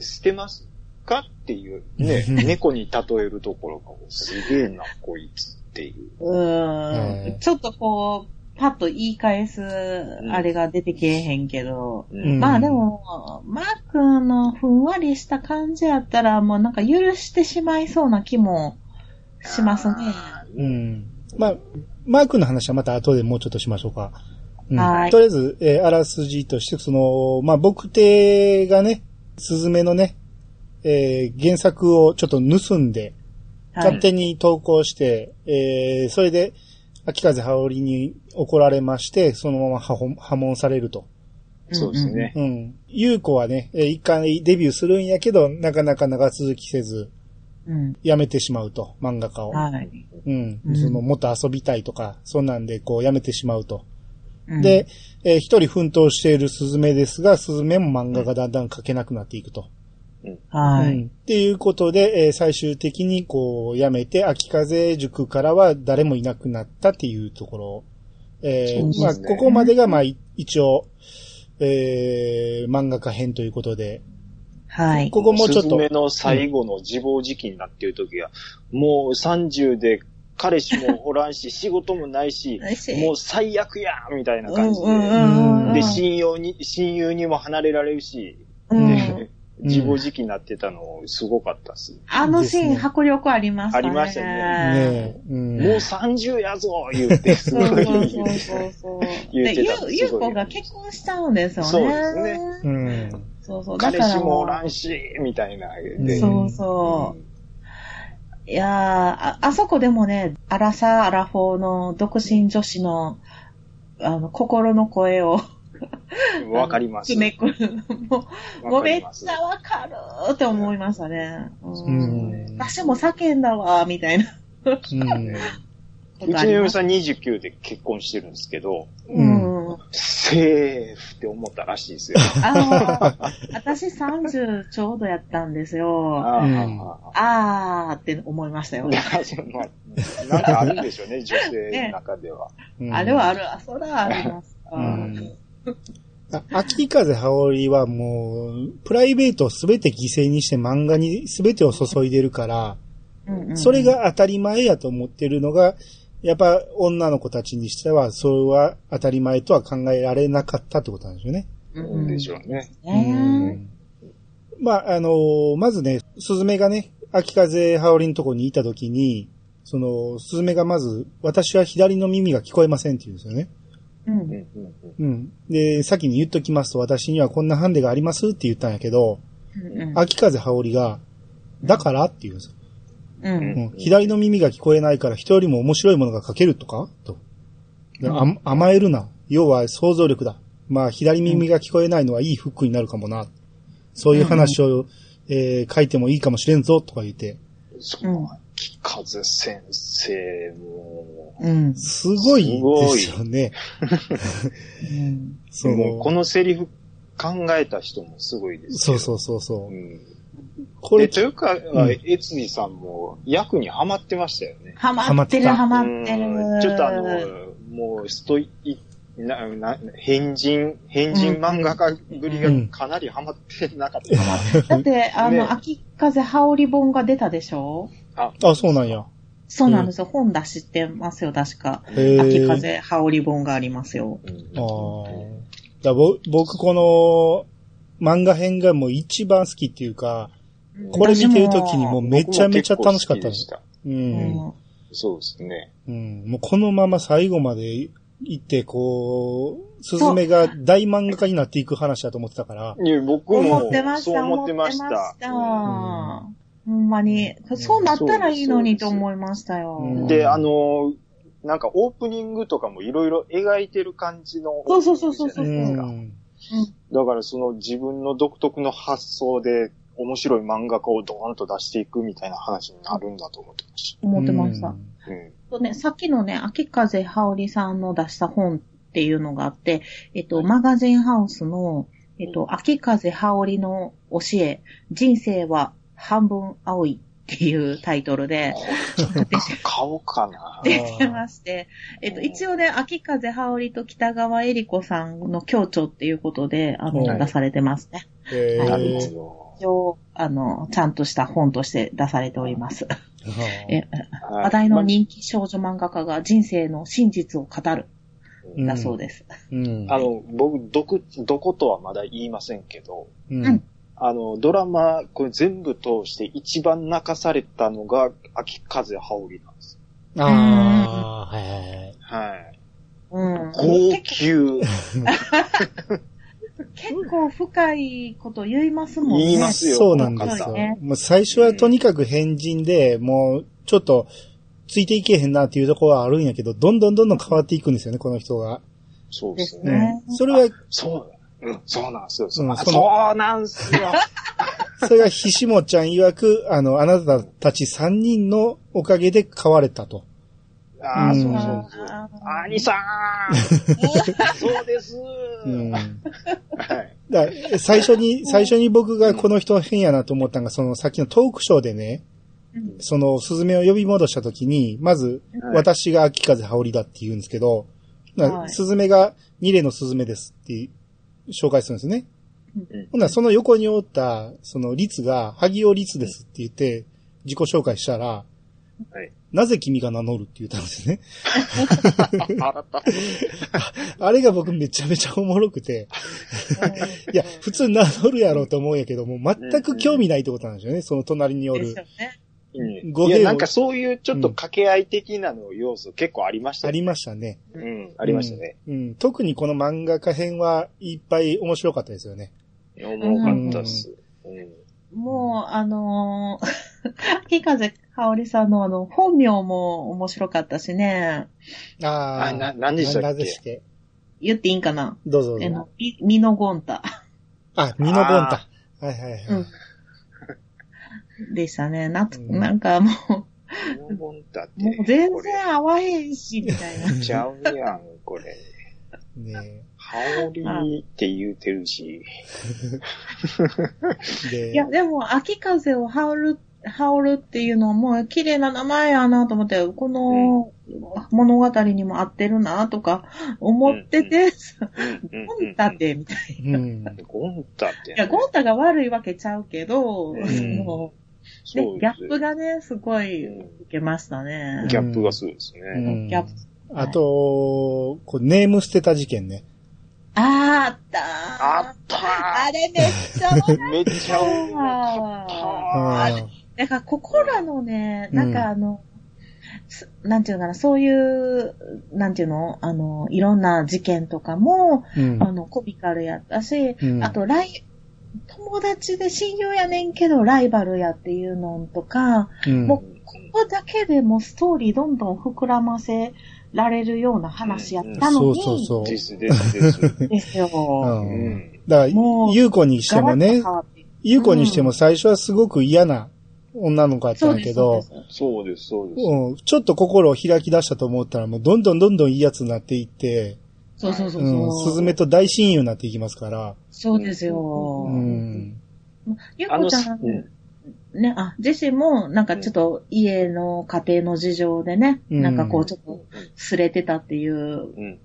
捨てますかっていう、ね、
うん
猫に例えるところが、すげえな、こいつっていう。
う
うん
ん。ちょっとこう、パッと言い返す、あれが出てけえへんけど。
うん
まあでも、マー君のふんわりした感じやったら、もうなんか許してしまいそうな気もしますね。
あー
うん。まあ、マークの話はまた後でもうちょっとしましょうか。うん
はい
とりあえず、えーあらすじとして、その、まあ、僕手がね、スズメのね、えー原作をちょっと盗んで、
は
勝
い。
手に投稿して、えーそれで、秋風羽織に怒られまして、そのまま破門破門されると。
そうですね。
うん。優子はね、えー一回デビューするんやけど、なかなか長続きせず、
うん。
辞めてしまうと、漫画家を。
はい。
うん
う。ん
その、もっと遊びたいとか、そんなんで、こう、辞めてしまうと。
うん、
で、えー一人奮闘しているスズメですが、スズメも漫画がだんだん描けなくなっていくと。
は
うん
い。
っていうことで、えー最終的にこう、やめて、秋風塾からは誰もいなくなったっていうところ。えー
そうですね
まあ、ここまでが、まあ、い一応、えー漫画家編ということで、
はい。
ここもうちょっ
すず
と
め、の最後の自暴自棄になっている時は、もう30で彼氏もお らんし、仕事もないし、もう最悪やみたいな感じで。
んうん
で、親友に、親友にも離れられるし、
うん。
自暴自棄になってたのすごかったですね。
あのシーン、迫力ありましたね。
ありましたね
ねえ、うん。
もう30やぞ言うて、す
そ
ご
う
い。
そ うそうそうそう。
言う
で、
て
ゆ
たんです
う、
す
ゆう
ごい
こが結婚しちゃうんですよね。
そうですね
うん。
そうそう。だか
彼氏
ら
もお
も
らん
う、
し、みたいな。
し
で
そうそう。いやーあ、あそこでもね、アラサー、アラフォーの独身女子の、あの、心の声を
うんわかります。
詰めくる。もう、も
わ
う
か
め
り
っ
ます
ちゃわかるーって思いましたね。う
うん
ん。私も叫んだわー、みたいな
うん。
う
ことあ
ちの
りま
嫁
す。
さん29で結婚してるんですけど、
うん
うん。
セーフって思ったらしいですよ。
あの、私30ちょうどやったんですよ。
ああ
うん
あーって思いましたよ。
なんかあるんでしょうね、女性の中では。
うん
あれはある、あ、そらありますか。
うんあ秋風羽織はもう、プライベートをすべて犠牲にして漫画にすべてを注いでるから、
うんうん
それ、が当たり前やと思ってるのが、やっぱ女の子たちにしては、それは当たり前とは考えられなかったってことなんですよね。
そうでしょうね。
うね。
まあ、あのーまずね、スズメがね、秋風羽織のとこにいたときに、その、スズメがまず、私は左の耳が聞こえませんって言うんですよね。
うん
うんうんうん
うん。で、先に言っときますと、私にはこんなハンデがありますって言ったんやけど、
うん
秋風羽織が、だからって言うんですよ。
うん
うん左の耳が聞こえないから人よりも面白いものが書けるとかと。であ甘えるな。要は想像力だ。まあ、左耳が聞こえないのはいいフックになるかもな。そういう話を、えー書いてもいいかもしれんぞ、とか言って。
その、木風先生も、
うん
すごい
すご
で
い
すよね。
うん
そ
もうこ
の、
のセリフ考えた人もすごいです
そう
よ。
そうそうそうう。
ん。
こ
で
れ、
というか、
ん
エツジさんも役にはまってましたよね。
ハマってる、
ハ
ハマって
う
る。
んちょっとあの、もうストイッな、な、変人、変人漫画家ぶりがかなりハマってなかった。
だって、あ
ね
の、秋風羽織本が出たでしょ
あ、そうなんや。
そうなんですよ。本出してますよ、確か。
えー、
秋風羽織本がありますよ。
あーだからぼ僕、この、漫画編がもう一番好きっていうか、これ見てるときにもうめちゃめちゃ楽しかった
僕も結構好きで
です
し。た。
うん。
そうですね。
うん、もうこのまま最後まで行って、こう、スズメが大漫画家になっていく話だと思ってたから、
いや、僕
思
も
ってました。
そう思ってまし。
思ってましたほんまに。そうなったらいいのにと思いましたよ。
うん
で、あの、なんかオープニングとかもいろいろ描いてる感じの。
そうそうそうそう
じ
そ
ゃ
う
ないですか。
ん。
だからその自分の独特の発想で面白い漫画家をドーンと出していくみたいな話になるんだと思ってまし
思ってました。
た。うん。
とね、さっきのね、秋風羽織さんの出した本っていうのがあって、えっと、マガジンハウスの、えっと、秋風羽織の教え、人生は半分青いっていうタイトルで、
買おうかな。
で
出てまして、えっと、一応ね、秋風羽織と北川恵理子さんの協調っていうことで、あ
は
の、
い
出されてますね。
え
あ
な
の
る
ー、
ほ
一応、あの、ちゃんとした本として出されております。え
ど。
話題の人気少女漫画家が人生の真実を語る、
ん
だそうです。
うん。
あの、僕、どこ、どことはまだ言いませんけど、
うん
うん
あの、ドラマ、これ全部通して一番泣かされたのが、秋風羽織なんです。
ああ、はいはいはい。
はい。
うん。
号
結
泣。
結構深いこと言いますもんね。
言いますよ。
そうなんです
そ
よ
うね。
もう最初はとにかく変人で、もう、ちょっと、ついていけへんなっていうところはあるんやけど、どんどんどんどん変わっていくんですよね、この人が。
そうです
う
ね。
ん
ね。
それは、
そう、うん、そうなんですよ。
うん
あ
その
そうなんすよ。
それがひしもちゃん曰く、あの、あなたたち3人のおかげで変われたと。
ああ、そうそう
うん
そう。
あー
兄さ んそうです、
うん。
は
だ
い。
から最初に、最初に僕がこの人変やなと思ったのが、そのさっきのトークショーでね、
うん
その、スズメを呼び戻した時に、まず、
はい
私が秋風羽織だって言うんですけど、な
はい
スズメが二例のスズメですって紹介するんですね。
うん
ほんならその横におった、その律が、萩尾律ですって言って、自己紹介したら、
はい
なぜ君が名乗るって言ったんですね。
あらた。
あれが僕めちゃめちゃおもろくて、いや、普通名乗るやろうと思うんやけども、全く興味ないってことなんですよね、その隣にお
です
る
よ。ね。
うん
語
い
弊を
や、なんかそういうちょっと掛け合い的なの要素結構ありました
あ
ね。
りましたね。
うん、ありましたね。
うん。特にこの漫画家編はいっぱい面白かったですよね。
重かったっす。うん
もう、あのー、 秋風香織さんのあの、本名も面白かったしね。
あ
あ、
ー
な、何でした
な
っ
んでし
け
たっけ
言っていいんかな
どうぞどう
あ
ぞ。
の、みミノゴンタ
あ、ミノゴンタ。はいはいはい。
うんでしたね。なんと、
うん
なんかも
モモンタっ
う、
て。
もう全
こ
然合わへんし、みたいな。
れちゃうやん、これ。
ね
羽織って言うてるし。
で、
いや、でも、秋風を羽織る、羽織るっていうのはもう綺麗な名前やなと思って、この物語にも合ってるなとか思ってて、
うん
ゴンタっ。て、みたいな。
うん。
うんゴンタって。
いや、ゴンタが悪いわけちゃうけど、
う
うんの
そ
ね
うです
ギャップがね、すごい
うん
受けましたね。
ギャップがそうです
う
ね。
ん
ギャップ
あと、こうネーム捨てた事件ね。
あーあったー
あったー
あれめっち ゃおもろい
めっちゃ重かった。
うん
なんか、ここらのね、
うん
なんかあの、すなんていうのかな、そういう、なんていうのあの、いろんな事件とかも、
うん
あの、コミカルやったし、
うん
あと、ライ、友達で親友やねんけど、ライバルやっていうのとか、
うん
もう、ここだけでもストーリーどんどん膨らませられるような話やった
そ
の
うそう
に、
そう。
ですですです。
ですよ。
う。
うんん。
だから
も、う
ゆうこにして
ガラ
も
ッ
ね
と変、わっていく
ゆうこにしても最初はすごく嫌な女の子やった
そう
や
んで
け
す。そう
ど
で、す
そうです、そうです。
うん、ちょっと心を開き出したと思ったら、もうどんどんどんどんいいやつになっていって、、
そうそうそううんそう。
すずめと大親友になっていきますから、
そうですよ。
うん。
ゆう
あの
こちゃん、
うん
ね、あ、自身も、なんかちょっと家の家庭の事情でね、
うん
なんかこうちょっとすれてたっていう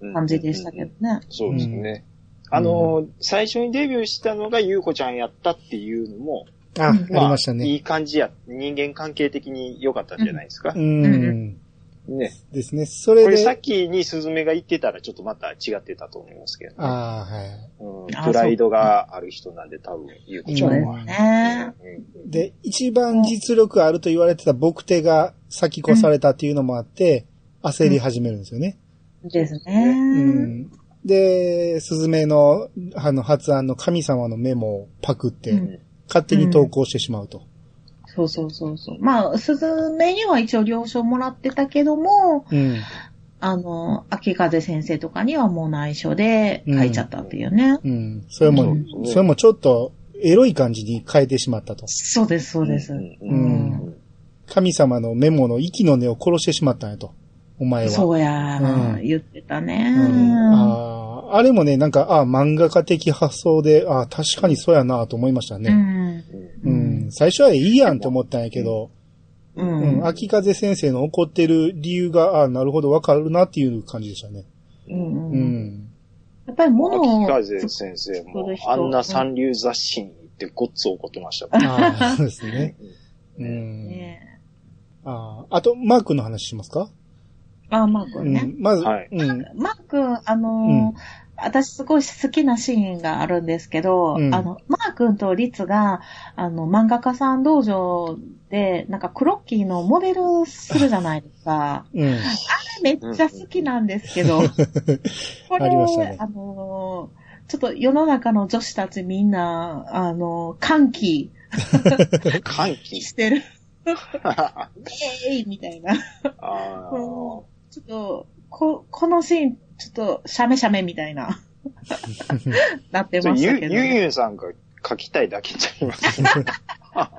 うん
感じでしたけど。ね。
そうですね。あの、最初にデビューしたのがゆうこちゃんやったっていうのも、
あ、あ
うん
りました
い
ね。
い感じや、人間関係的に良かったんじゃないですか
う。。
うん
ね。
ですね。それ
これさ
で、
っきにスズメが言ってたらちょっとまた違ってたと思いますけど、ね
ああ、はい。
うん
あ
プライドがある人なんで多分、ゆうこちゃ
そうで
ん
す
は。
ね。
うん
で、一番実力あると言われてた僕手が先越されたっていうのもあって、焦り始めるんですよね。
です
う
ね。
ん。で、スズメの、あの、発案の神様のメモをパクって、
うん
勝手に投稿してしまうと。
そうそうそうそう。まあ、すずめには一応了承もらってたけども、
うん。
あの、秋風先生とかにはもう内緒で書いちゃったっていうね。
うん。それも、
そう
ですね
それもちょっと、エロい感じに変えてしまったと。
そうです、そうです。
ん
うん神様のメモの息の根を殺してしまったんやと。お前は。
そうやー、
うん
言ってたね
う
ー、
んあーあれもね、なんか、あー漫画家的発想で、あー確かにそうやなと思いましたね。
うん
う
うんん。
最初はいいやんと思ったんやけど、う
う。
んん、秋風先生の怒ってる理由が、あーなるほどわかるなっていう感じでしたね。
うん
う
うん
ん。
やっぱり物
秋
を、
風先生も
作る、人
あんな三流雑誌に行ってごっつ怒ってましたから
ああ、そうですね。 うん。
ね、
あーあと、マー君の話しますか
あ、マー
う
君ね。
ん。まず、
はい
うん。
マー君、あのー
うん
私すごい好きなシーンがあるんですけど、
うん
あの、マー君とリツが、あの、漫画家さん道場で、なんかクロッキーのモデルするじゃないですか。
うん。
めっちゃ好きなんですけど、 これ、
ありましたね
あのー、ちょっと世の中の女子たちみんな、あのー、歓喜
歓喜。
してる。えいみたいな。
あー
こうちょっと、こ、このシーン、ちょっと、シャメシャメみた いな、なって
そ
ま
れ
した
ゆ、
けど。
ゆゆんさんが書きたいだけちゃいます。
いやいや、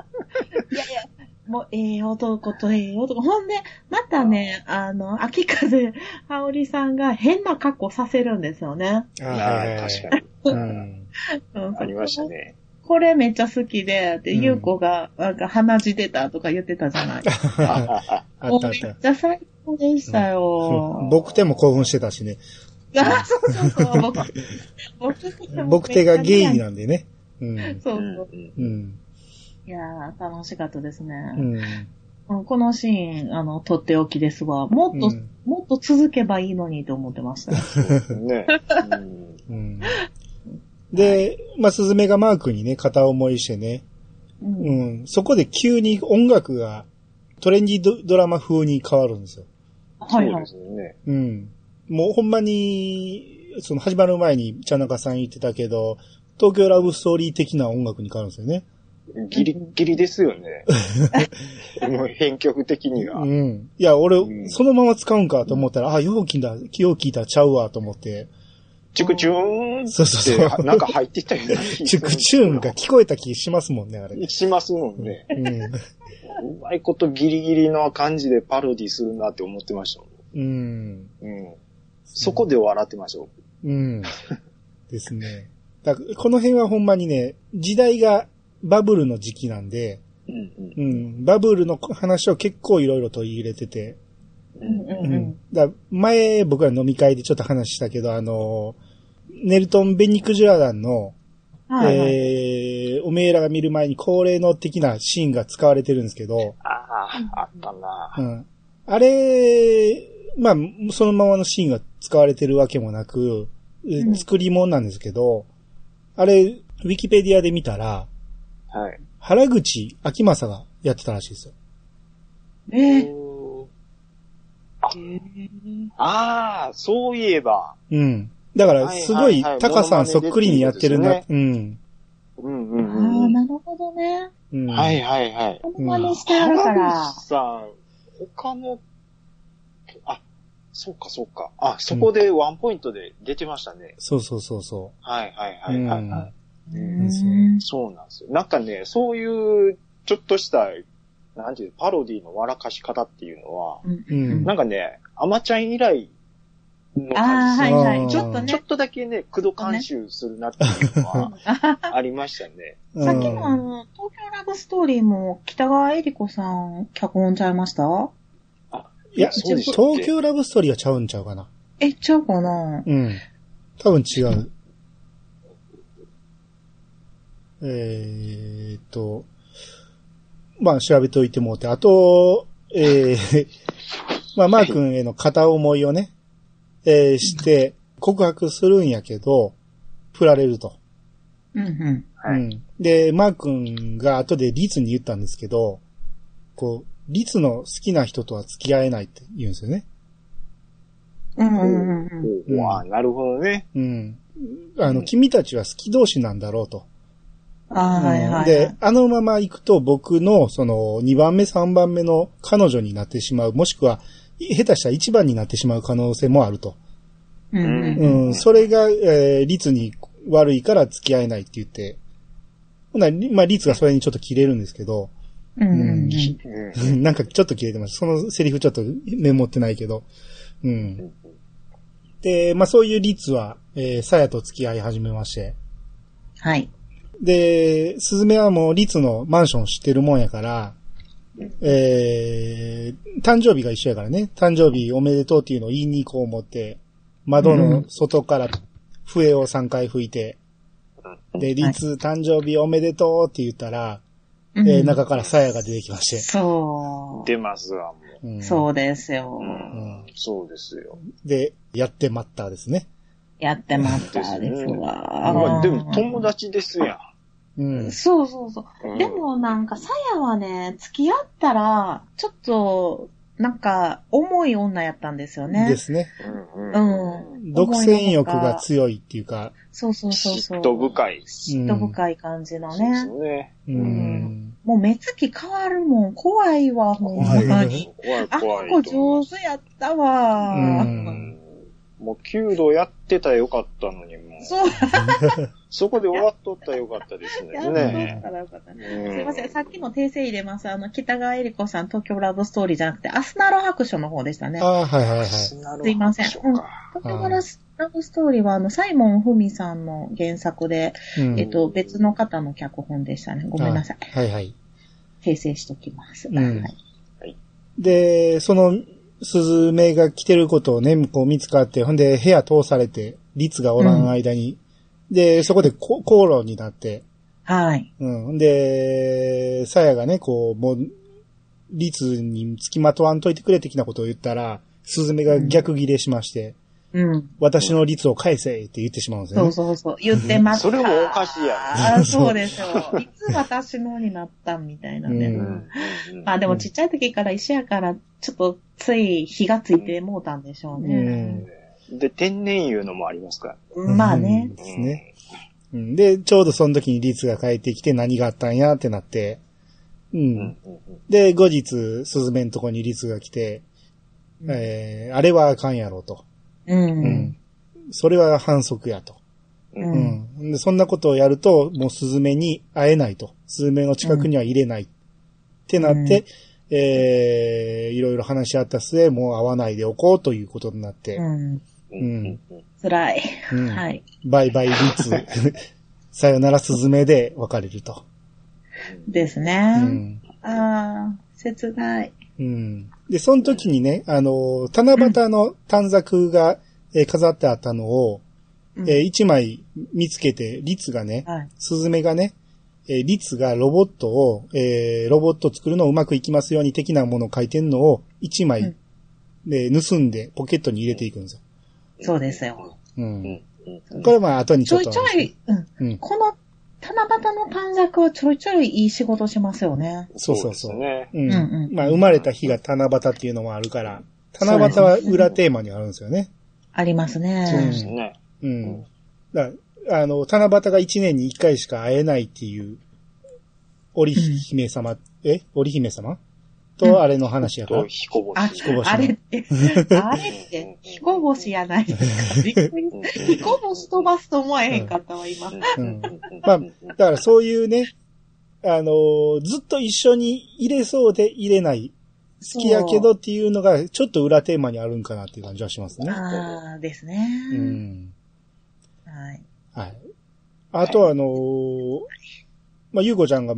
もう、ええ男とええ男。ほんで、またね、あの、秋風、羽織さんが変な格好させるんですよね。
あー
あ
はいはい
あ
はい
ー、確かに。
うん。
うん、
ありましたね。
これめっちゃ好きで、で、
うん
ゆうこが、なんか鼻血出たとか言ってたじゃない。
あ
あったあ
も
っ
うめ
た
っ。ちゃ最高でした
う
よ
ん。 僕手も興奮してたしね。
いや、 そうそうそう、僕、僕
僕手がゲイ。なんでね。うん。
そううんそう。
うん
うん。
いやー、楽しかったですね。
うん。
うんこのシーン、あの、とっておきですわ。もっと、
うん
もっと続けばいいのにと思ってました。
ね。うん
うんで、まあ、スズメがマークにね、片思いしてね、
うん
うん、そこで急に音楽がトレンディドドラマ風に変わるんですよ。
はい
そう
はい
で。すね。
うん。もうほんまに、その始まる前に、茶中さん言ってたけど、東京ラブストーリー的な音楽に変わるんですよね。
ギリギリですよ ね。もう編曲的には
う。ん。いや、俺、
うん
そのまま使うんかと思ったら、あ、よう聞いた、よう聞いたちゃうわと思 って、
チュクチューン
そうそうそう
ってなんか入ってたよね。
チュクチューンが聞こえた気しますもんね、あれ。
しますもんね。
うん。
うまいことギリギリの感じでパロディするなって思ってましたも
うん。
ん。うん。そこで笑ってました。
うん。ですね。だからこの辺はほんまにね、時代がバブルの時期なんで、
うん
うん、バブルの話を結構いろいろ取り入れてて、
う。
うんん
うん。
うんうん。
だから前僕ら飲み会でちょっと話したけど、あの、ネルトン・ベニクジュラダンの、
はいはい。
えー、おめえらが見る前に恒例の的なシーンが使われてるんですけど、
ああ、あったな
う。ん、あれ、まあ、そのままのシーンが使われてるわけもなく、え
うん
作り物なんですけど、あれ、ウィキペディアで見たら、
はい。
原口秋正がやってたらしいですよ。
ええ
ああ、そういえば。
うん。だから、すご
はい
い
はいはい、
タカさんそっくりにやってるな。
モ
うん。
うん
ああ、
うん
なるほどね。
うん。
うん。はいはいはい。
この真似してあるから
原。口さん、他の、あ、そうかそうか。あ、そこでワンポイントで出てましたね。
そうそうそうそ
はいはいは
う。う
いはいはい
ん。。
うん
ん
そうなんですよ。なんかね、そういう、ちょっとした、なんていうの、パロディの笑かし方っていうのは、
うん
うん
うん
なんかね、アマちゃん以来の
あ
感
あ、
じ、
はいはい。
そ
ち
う
ょっと
ちょっ
ね。
とだけね、駆動監修するなっていうのは
あ
ありましたね。
さっきのあ
うん
の、東京ラブストーリーも北川恵理子さん脚本ちゃいました
いや、
そうでしたっけ
東京ラブストーリーはちゃうんちゃうかな。
え、ちゃうかな
うん。多分違う。えーっと、まあ調べておいてもうて、あと、えー、 まあマー君への片思いをね、えーして告白するんやけど、振られると。
うんうん。
は
う
い。
ん、で、マー君が後でリツに言ったんですけど、こう、リツの好きな人とは付き合えないって言うんですよね。
うんうんうんうん。
おうあーなるほどね。
うん。あの、
うん
君たちは好き同士なんだろうと。
ああ、はいはいはい。
で、あのまま行くと僕のその2番目、3番目の彼女になってしまう、もしくは下手したら1番になってしまう可能性もあると。
うんうん
う
うん
ん、それが、えー、律に悪いから付き合えないって言って。ほな、りまあ、律がそれにちょっと切れるんですけど、
うんうんうん。
うん
なんかちょっと切れてます。そのセリフちょっとメモってないけど。うん。で、まあそういう律は、えー、さやと付き合い始めまして。
はい。
で、スズメはもうリツのマンション知ってるもんやから、えー、誕生日が一緒やからね、誕生日おめでとうっていうのを言いに行こう思って、窓の外から笛を3回吹いて、で、リツ誕生日おめでとうって言ったら、
うん
えー中から鞘が出てきまして。
そう。
出ますわ、も
うん
そうですよ
う。う。ん。そうですよ。
で、やってまったですね。
やってましたですわ。
まあでも友達ですや
うん。
そうそうそう。
ん。うん
で、もなんか、さやはね、付き合ったら、ちょっと、なんか、重い女やったんですよね。
ですね。
うん
う
うん。
ん。
独占欲
重いの
が
か
強いっていうか、
そうそうそ
嫉
う。
妬深い。
い。嫉妬深い感じのね。
そうですね。
う。
うんもう目つき変わるもん。怖いわ、ほんま
怖
に。
い
怖い
あっ
怖い
こと
思
上
う。
手やったわ。
うん
もう弓道やってたらよかったのに、もう。
そう、
そこで終わっとったらよかったですね。
やっと
ね
ったらよかったね。
え。
すいません、さっき
の。
の訂正入れます。あの、北川恵理子さん、東京ラブストーリーじゃなくて、アスナロ白書の方でしたね。
ああ、はいはいはい。
す
いません
は
東京ラブストーリーは、あの、サイモン・フミさんの原作で、
うん
えっと、別の方の脚本でしたね。ごめんなさい。
はいはい。
訂正しときます。
うん
はい。
で、その、スズメが来てることをね、こう見つかって、ほんで部屋通されて、律がおらん間に、で、そこでこ口論になって、
はい。
うん。ほんで、さやがね、こう、もう、律に付きまとわんといてくれ的なことを言ったら、スズメが逆ギレしまして、
うん。
私の律を返せって言ってしまうんですよ
そ
ね
う。そうそう。言ってます。
それもおかしいや
あーそうですよ。いつ私のになったんみたいなね。
う
うんんうん
まあでもちっちゃい時から石やから、ちょっとつい火がついてもうたんでしょうね。
で、天然油のもありますから。
まあね
うん。で
う
す
ん
ね。うんで、ちょうどその時に律が帰ってきて何があったんやってなって、
う
うん
んうん
で、後日、スズメのとこにリツが来て、えー、あれはあかんやろと。
うん。
う。それは反則やと。
う
うんん。でそんなことをやると、もうスズメに会えないと。スズメの近くには入れない。ってなって、えー、いろいろ話し合った末、もう会わないでおこうということになって、
うん。
うんうんうん
辛い。
うん
はい。
バイバイリ ツ、さよならスズメで別れると。
です
う
ね。
ん。
ああ、切ない。
うん。で、その時にね、あの、七夕の短冊が、えー飾ってあったのを、
うん
えー一枚見つけて、リツがね、
はい。
スズメがね、えーリツがロボットを、えーロボット作るのうまくいきますように的なものを書いてんのを、一枚、
うん
で盗んでポケットに入れていくんですよ。
そうですよ。
うん。
うんうんうん
これはまあ後にち
ち
ょ
ょ
っ
い
と。
ちょい、うん。
うん。
この七夕の短冊はちょいちょいいい仕事しますよね。
そうそうそう
ですね。
うん。
うんうん
まあ生まれた日が七夕っていうのもあるから、七夕は裏テーマにあるんですよね。
あります
そうで
ね。
すね。
うん。だあの、七夕が一年に一回しか会えないっていう、織姫様、え織姫様
うん
とあれの話やから
と、。彦星。
あ、
彦星
あれって、あれって、彦星 やないですか。びっくり
うん
した。彦星飛ばすと思えへんかったわ、今。
う
うんん
まあだからそういうね、あのーずっと一緒に入れそうで入れない、好きやけどっていうのが、ちょっと裏テーマにあるんかなっていう感じはしますね。
ああ、です
う
ね。
ん。
はい。
はい。あとはあのーまあ、ゆうこちゃんが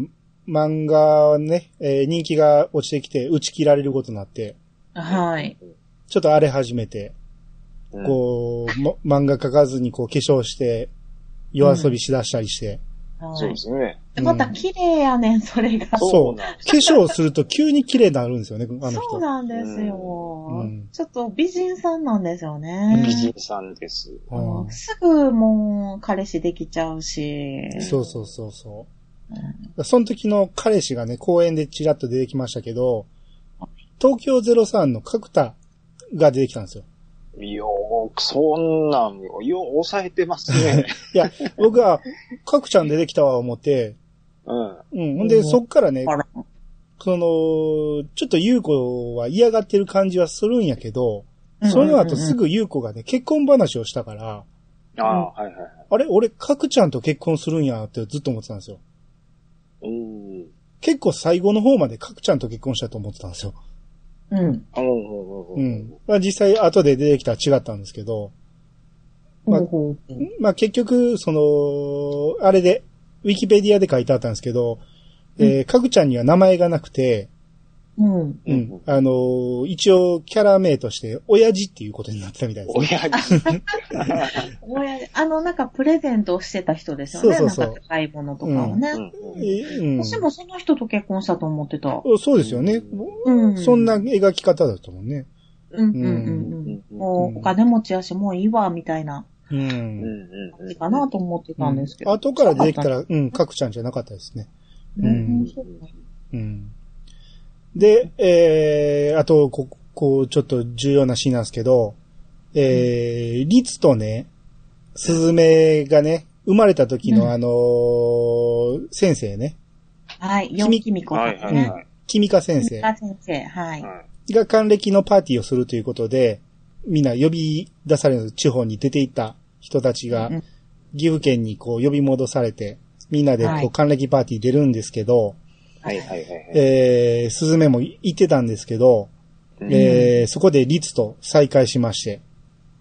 漫画ね、えー人気が落ちてきて打ち切られることになって、
はい。
ちょっと荒れ始めて、
うん
こう、ま漫画描かずにこう化粧して、夜遊びしだしたりして、
そう
は
ですね。
い。また綺麗やねん、それが。
そう
なんです
化粧をすると急に綺麗になるんですよね、あの人。
そうなんです
う
よ
ん。
ちょっと美人さんなんですよね。
美人さんです。
うん
すぐもう彼氏できちゃうし。
そうそうそうそう。その時の彼氏がね、公演でチラッと出てきましたけど、東京03の角田が出てきたんですよ。
よーく、そんなん、よう抑えてますね。
いや、僕は、角ちゃん出てきたわ思って、
う
う
ん。
ん。ほんで、そっからね
あ、ら
その、ちょっと優子は嫌がってる感じはするんやけど、その後す。ぐ優子がね、結婚話をしたから、
ああ、はいはいは
あれ俺、角ちゃんと結婚するんやってずっと思ってたんですよ。
い。うん。
結構最後の方まで角ちゃんと結婚したと思ってたんですよ。
うんうん。
うんうんうん
う
うん
ん。まあ実際後で出てきたら違ったんですけど、まあ
ほうほう
まあ結局、その、あれで、ウィキペディアで書いてあったんですけど、えー、かぐちゃんには名前がなくて、
うん。
う
うんん。
あのー一応キャラ名として、親父っていうことになってたみたいですね。
親父。
親であの、なんかプレゼントをしてた人ですよね。
そうそうそう
なんか高いものとかをね。
うんうん
えーうん
私もその人と結婚したと思ってた。
おそうですよね。
うん
そんな描き方だったもんね。
うんうん
うん
うんう。
うんん
もうお金持ちやし、もういいわ、みたいな
う
う
ん。
んうん
感
うん
じかなと思ってたんですけど。
後から出てきたら、うん、かぐちゃんじゃなかったですね。
うん
うんうん。で、えー、あと、ここう、ちょっと重要なシーンなんですけど、えー、リツとね、スズメがね、生まれた時
うん
のあのー先生ね、
はい。ヨンキミコ
はい
さ
は
ん
い
ね。
はい。
キミカ先生
ミカ先生、はい。
はい
が還暦のパーティーをするということで、みんな呼び出される地方に出ていった人たちが
うん、
岐阜県にこう呼び戻されて、みんなで
は
こう
い
還暦パーティー出るんですけど、
はいはいはいはい。
えー、スズメも行ってたんですけど、
うん
えー、そこでリツと再会しまして、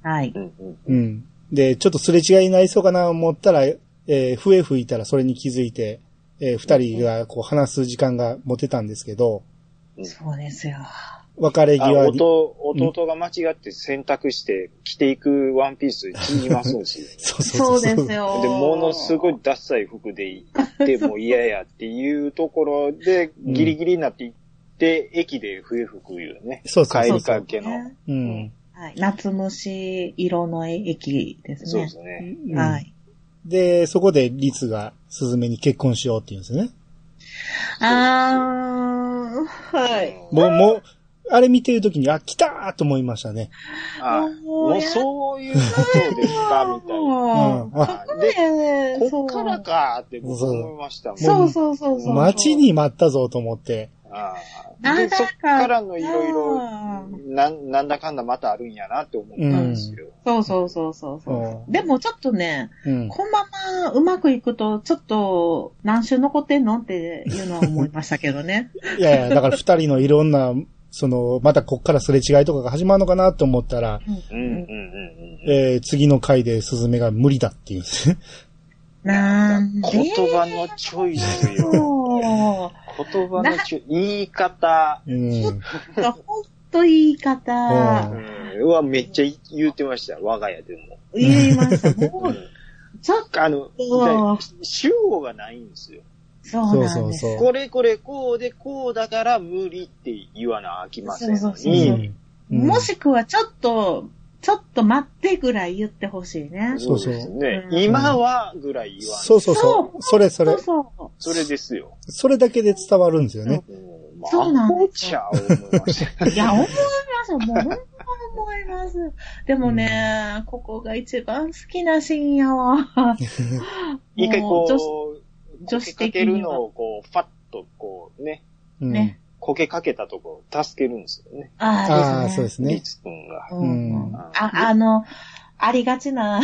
はい。
うんうん
うん。で、ちょっとすれ違いになりそうかな思ったら、えー、笛吹いたらそれに気づいて、えー、二人がこう話す時間が持てたんですけど、
そうですよ。
別れ
あ
際に、
弟、弟が間違って選択して着ていくワンピース縮まそうし。
そう
そうです。よ。
で、ものすごいダッサい服で行っても嫌やっていうところで、
うん
ギリギリになって行って、駅で笛吹くよね。
そうそう
帰
そ
り
うそ
か
う。
けの。
ね
うん。
はい。夏虫色の駅です
そうで
ね
す。ね。
うん
はい。
で、そこでリツがスズメに結婚しようって言うんですよね。
あー、はい。
もう、もう、あれ見てるときに、あ、来たーと思いましたね。
あ、もうそういうことですか、みたいな。
うんあ
ここやね
こっからかって僕思いましたもん。
そうそうそうそうそう。
待ちに待ったぞと思って。
ああ
長
で、
かった
そっからのいろいろ、なんなんだかんだまたあるんやなって思ったんですよ。
そうそうそうそうそうう。
ん
でもちょっとね、
うん。
このままうまくいくと、ちょっと何週残ってんのっていうのは思いましたけどね。
いやいや、だから二人のいろんな、その、またこっからすれ違いとかが始まるのかなと思ったら、
うんうんうんうん。
えー、次の回でスズメが無理だっていうんですね。
なんで
言葉のチョイスよ。
そう。
言葉のチョイス、言い方。
うん。
ほんと言い方
う
う、んうわ、めっちゃ言うてました。我が家でも。
言いました。も
う
う、
ん
ちょっ
あの、
と、
主語がないんですよ。
そうなんです。
そう
これこれこうでこうだから無理って言わなあきません
そう
の
そうそう
う
に。
ん。うん
もしくはちょっと、ちょっと待ってぐらい言ってほしいね。
そう
そうですね。
うん
今はぐらい言わない。
そうそうそう。それそ
そ
れ
う。そう。
それですよ。
それだけで伝わるんですよね。
うんまあ
そうなんです
アホちゃう思いま した。
いや、思いますよ。もう、ほんま思います。でもね、ここが一番好きなシーンやわ。
一回
もう女子
こう、
女
女
子
子
的
的
には
けるのをこう、ファッとこうね、
うん
ね。
こけかけたとこを助けるんですよね。
あ
あ
あ、
あ、そうです
リ
ね。
ツくんが。
う
う
ん
ん
あ、あの、ありがちな。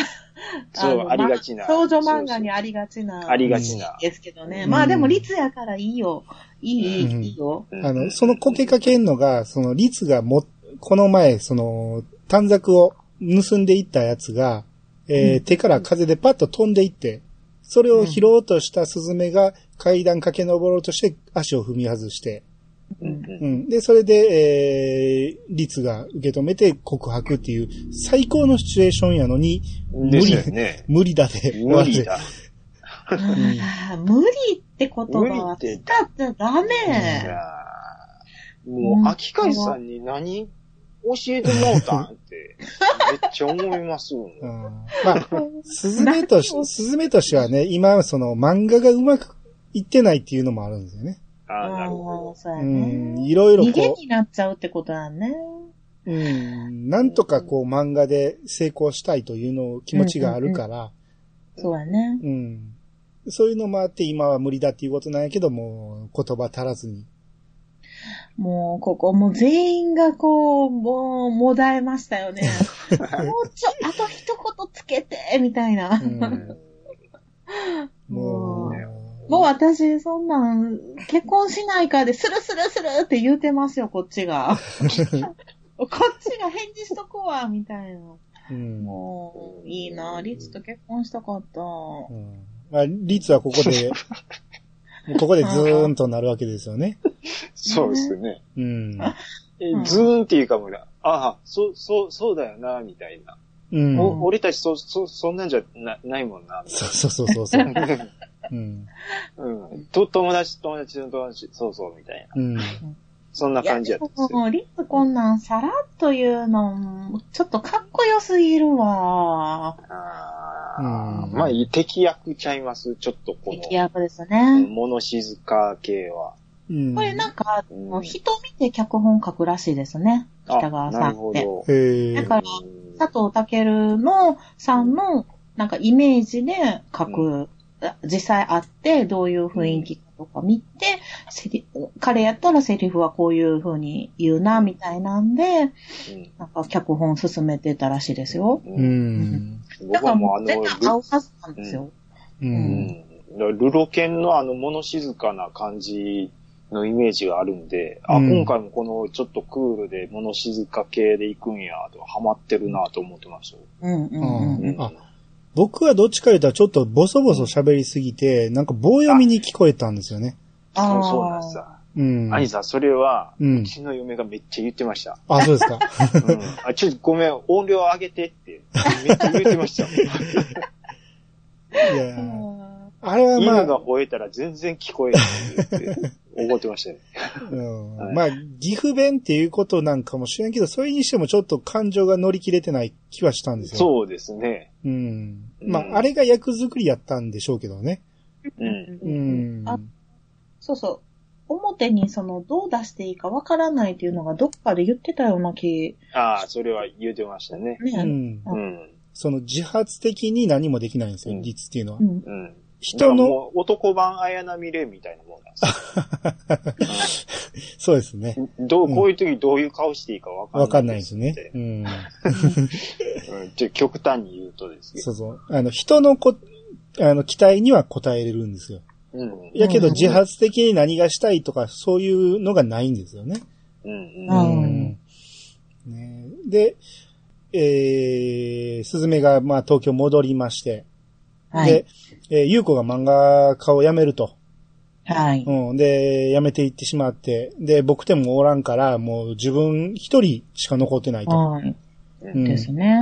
そう
の
ありがちな
ま少女漫画にありがちな。
ありがちな。
ですけどね。
うん
まあでも、律やからいいよ。いい、
うん
いいよ。
あの、そのこけかけんのが、その、律がも、この前、その、短冊を盗んでいったやつが、えー手から風でパッと飛んでいって、それを拾おうとしたスズメが階段駆け上ろうとして足を踏み外して、
うん
う
うん
ん。で、それで、えー、律が受け止めて告白っていう最高のシチュエーションやのに、
うん。ですよね。
無理だで、
無理だ。
あー無理って言葉は使っちゃダ
い
メ。
やーもう、秋海さんに何教えてもうたんって、めっちゃ思いますもん。
うん。ま あ、スズメとし、スズメとしてはね、今、その漫画がうまくいってないっていうのもあるんですよね。
ああ、なる
う
ほ
んそうや
うん、
ね。
いろいろ
逃げ
こ
になっちゃうってことだね。
う、うん、なんとかこう漫画で成功したいというのを気持ちがあるから、
そうやね。
うん。そういうのもあって今は無理だっていうことなんやけど、もう言葉足らず に。
もう、ここ、もう全員がこう、もう、もだえましたよね。もうちょ、あと一言つけて、みたいな。
うん、も
もう私、そんなん、結婚しないかで、スルスルスルって言うてますよ、こっちが。こっちが返事しとこわ、みたいな。
う、うん。
もう、いいな、リツと結婚したかった。
うんまあ、率はここ で、ここでズーンとなるわけですよね。
ど。そうですね。
うん。
え
うん
ズーンっていうかもうな、ああ、そう、そう、そうだよな、みたいな。
うん。
お俺たち、そ、そ、そんなんじゃなないもんな。
そうそうそうそうそ う。うん。
うん。と、友達、友達の友達、そうそう、みたいな。
うん。
そんな感じやったんですよ。
もう、リツこんなんさらっと言うの、ちょっとかっこよすぎる
あ
わ。
あ
うん
まあ、敵役ちゃいます、ちょっとこ
出来
の。
役ですね。
物静か系は。
うん。
これなんか、
うん
人見て脚本書くらしいですね。
あ
北川
な
さ
る
ん
ほ
って。
ど。
へー
だから
うん
佐藤健のさんの、なんかイメージで書く、実際あって、どういう雰囲気かとか見て、セリ彼やったらセリフはこういう風に言うな、みたいなんで、
うん
なんか脚本進めてたらしいですよ。
う
うん
ん。
僕
だから
はもう
も
あ
う
の、
絶対合うはずなんですよ。
う。
うんんルロケンのあの物静かな感じのイメージがあるんで、あ、
うん
今回もこのちょっとクールで物静か系で行くんやと、ハマってるなと思ってましたよ。
うんうんうん。
うん
あ僕はどっちか言ったらちょっとボソボソ喋りすぎて、なんか棒読みに聞こえたんですよね。
あー
そうなんですさ。
うん。
兄さん、それは、
うん
うちの嫁がめっちゃ言ってました。
あ、そう ですか。
うん、あちょっとごめん、音量上げてって、めっちゃ言って ました。
いや
う
ー
ん
あれはま
犬
あ、
が吠えたら全然聞こえないって思ってましたね。
うん
はい
まあ、岐阜弁っていうことなんかもしれんけど、それにしてもちょっと感情が乗り切れてない気はしたんですよ。
そうですね。
う。うん。ま
うん
あ、あれが役作りやったんでしょうけどね。
うん
うん。
あそうそう。表にその、どう出していいかわからないっていうのがどっかで言ってたような気、
ああ、それは言ってましたね。
う
ね。
ん。
うん。
その自発的に何もできないんです
う
よ、
ん
実っていうのは
う。ん。
うん。
人
だから
の、
もう男版綾波レイみたいなもんなんです
そうですね
よ。。うんどう、こういう時どういう顔していいかわかんない。
わかんないですね。うん。
うん。ちょ極端に言うとですけど。
そうそう。あの、人のこ、あの、期待には応えれるんですよ。
うん。
やけど
うん
自発的に何がしたいとか、そういうのがないんですよね。
うん。
あ
うん。
ん
ねで、えー、すずめが、まあ、東京戻りまして、
はい
で。、えー、ゆうこが漫画家を辞めると。
はい。
うん。で、辞めていってしまって、で、僕でもおらんから、もう自分一人しか残ってないと。
はい。
うん
ですね。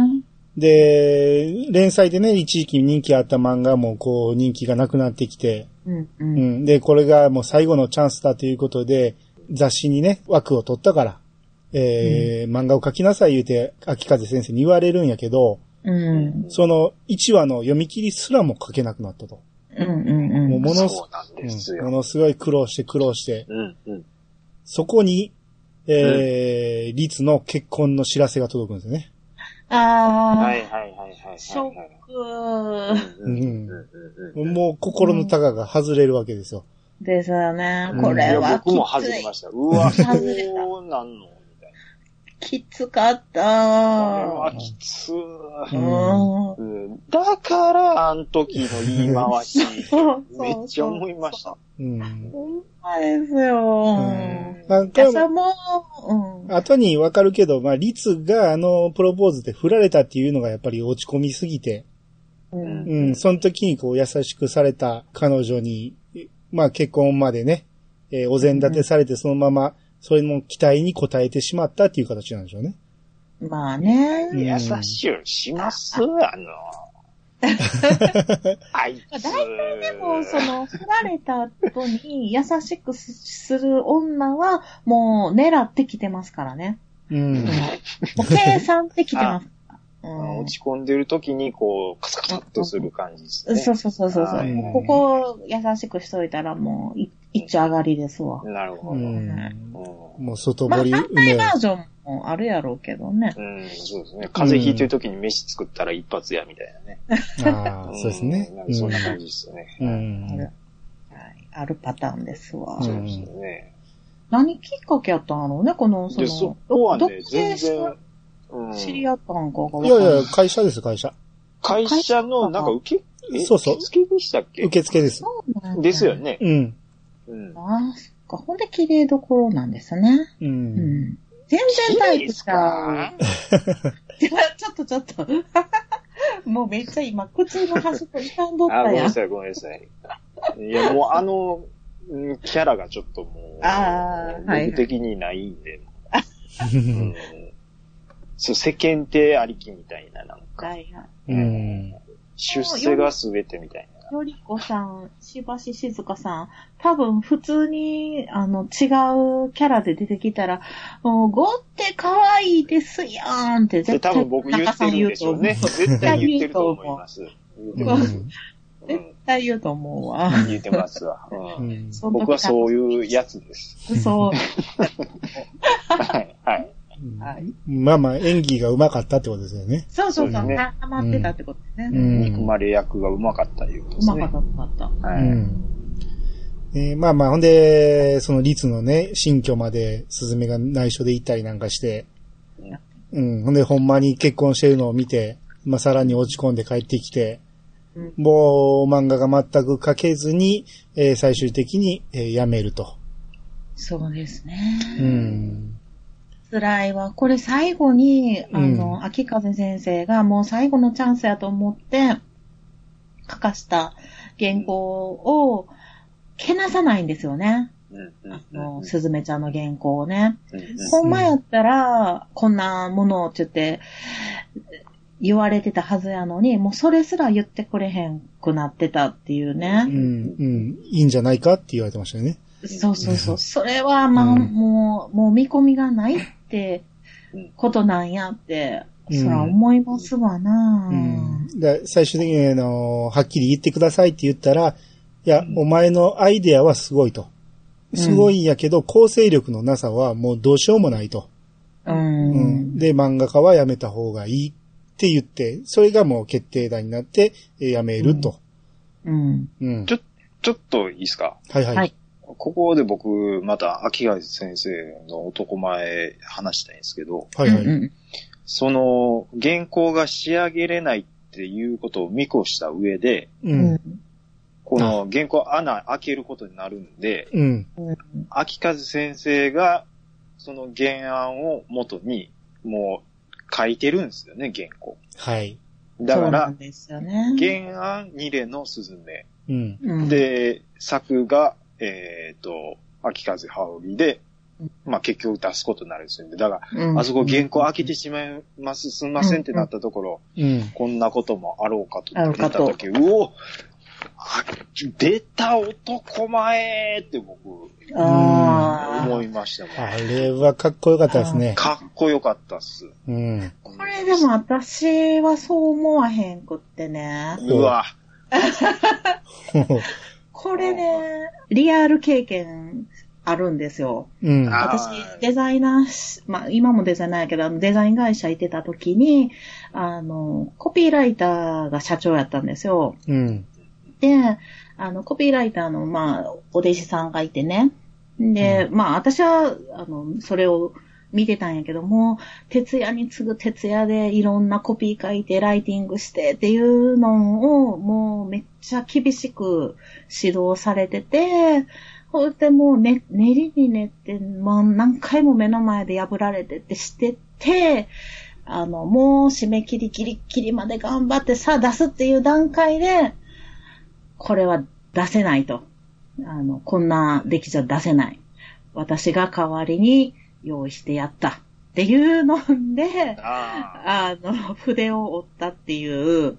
で、連載でね、一時期人気あった漫画も、こう、人気がなくなってきて、
うんう。
うんん。で、これがもう最後のチャンスだということで、雑誌にね、枠を取ったから、えー漫画を書きなさい言うて、秋風先生に言われるんやけど、
うん。
その1話の読み切りすらも書けなくなったと。
うんう
も
んう。
うんものす
そうなんです
うんも
よ。
のすごい苦労して苦労して、
うん。うん。
そこに、えー、律の結婚の知らせが届くんですよね。
あ
はいはいはいはいはいはい。
ー、ショック
うんうんうんうんうん。
もう心の高が外れるわけですよ。
ですよね
う。ん
こ
い
れ
や
は
僕も
き
外
つ
れ
い
ま。した。うわ、そ
外れた
うなんのみたい
きつかった
な。あれは
ー。
きつ
う
ー。
ん
うん
うんだから、あの時の言い回し、
そうそう
めっちゃ思いました。
うん。
ほんまですよ。
うん
い
何
や、
回も
さもう、うん。
後にわかるけど、まあ、律があのプロポーズで振られたっていうのがやっぱり落ち込みすぎて、
うん
うん、その時にこう優しくされた彼女に、まあ結婚までね、えーお膳立てされてそのまま、それの期待に応えてしまったっていう形なんでしょうね。
まあね。
うん
優しゅうします、あの。あいつ。
でも、その、振られた後に優しくすする女は、もう狙ってきてますからね。
うん
うん。もう計算ってきてます。う
うんん落ち込んでる時に、こう、カサカサっとする感じですね。
そうそうそうそうそう。
はい
もうここ優しくしといたらもうい一丁上がりですわ。
なるほ
う
ど。うん
ん。もう外
まあ
堀
反
埋め
対
よ
バージョンもあるやろうけどね。
うん、そうですね。風邪ひいてる時に飯作ったら一発や、みたいなね。
う。ああ、そうですね
んなん。かそんな感じですよね。
う
はい
ん。うん
はいあるパターンですわ。
うん
そうですよね。
何きっかけやったんやろうね、この、そ
で、そ
の、
こは
ど
ね、全然、うん
知り合ったんかがわかん
い
ない
やいや、会社です、会社。
会社の、なんか受け、え
そうそう
受付でしたっけ
受付です。
そうなんだ
ですよ。ね。
うん。
うん。
ああ、そっか。ほんで、綺麗どころなんですね。
う。
うんん。全然タイプちゃう。いや ちょっとちょっと。 もうめっちゃ今、口の端っこ痛んどっ
あ、
た
ごめん
や。
なんさい、ごめんなさい。いや、もうあの、うんキャラがちょっともう、
あーはい
僕的にないんで、うんそう、世間体ありきみたいな、なんか、
はいはい。
うん。
出世が全てみたい
よりこさん、しばししずかさん、多分普通に、あの、違うキャラで出てきたら、もう、ゴって可愛いですやんって
な。で、
絶対
多分僕言ってるんでしょうね。 絶対言ってると思います。言ってます。う
絶
ん、
対言うと思うわ。
言ってますわ。う
うんん
そんな
僕はそういうやつです。
そう。
はい、はい。
はい
まあまあ、演技が上手かったってことですよね。
そうそう
そ
そうう。
ですね
はまってたってことです
う
ね。
ん
憎まれ役がうまかったいうことで
う
す
ま
ね。
かった、うまかった。
う
はい
ん。えーまあまあ、ほんで、その律のね、新居までスズメが内緒で行ったりなんかして、うん、ほんで、ほんまに結婚してるのを見て、まあ、さらに落ち込んで帰ってきて、
うん
もう、漫画が全く描けずに、えー最終的に、えーやめると。
そうですね。
うん。
辛いわ。これ最後に、あの、
うん
秋風先生がもう最後のチャンスやと思って、書かした原稿を、けなさないんですよね。
うんうん
あ
うん
の、すずめちゃんの原稿をね。
うんうん
ほんまやったら、こんなものをって言って、言われてたはずやのに、もうそれすら言ってくれへんくなってたっていう
うん、
ね。
うん、いいんじゃないかって言われてましたよね。
そうそうそう。それは、まあ、
うん
もう、もう見込みがないって
うん
ことなんやって、
うん
そら思いますわな、
うん。で最終的に、あの、はっきり言ってくださいって言ったら、いや、お前のアイデアはすごいと。すごいんやけど、構成力のなさはもうどうしようもないと。
うん。
うんで、漫画家はやめた方がいいって言って、それがもう決定打になって、えーやめると。
うん。
うん
ち。ょちょっといいですか
はいはい。
はい
ここで僕、また、秋貝先生の男前話したいんですけど、
はいは
うん
い。
うん
その、原稿が仕上げれないっていうことを見越した上で、
う
うん
ん。
この原稿穴開けることになるんで、
うん。
秋風先生が、その原案を元に、もう書いてるんですよね、原稿。
はい。
だ
そ
か
うな
ら
ん、ですよね。
原案2例のスズメ。
うん。
うん、
で、作が、えっ、と、秋風羽織で、まあ結局出すことになるんですよね。だから、
うん
あそこ原稿開けてしまいます、すんませんってなったところ、
うん。
こんなこともあろうかと
あろう
出
か
た
と
とき、うおあ出た男前って僕、
あ
思
あ。
いましたもん。
あれはかっこよかったですね。
かっこよかったっす。
うん。
こ
これでも私はそう思わへんくってね。
うわ、
これね、リアル経験あるんですよ。
うん。
あ
私
ー、
デザイナーし、まあ今もデザイナーやけど、あのデザイン会社行ってた時に、あの、コピーライターが社長やったんですよ。
うん。
で、あの、コピーライターの、まあ、お弟子さんがいてね。で、まあ、私は、あの、それを見てたんやけども、徹夜に次ぐ徹夜でいろんなコピー書いて、ライティングしてっていうのを、もうめっちゃ厳しく指導されてて、ほいでもうね、練りに練って、まあ、何回も目の前で破られてってしてて、あの、もう締め切りギリギリまで頑張ってさあ出すっていう段階で、これは出せないと。あの、こんな出来じゃ出せない。私が代わりに用意してやった。っていうので、
あ
あの、筆を折ったっ ていう、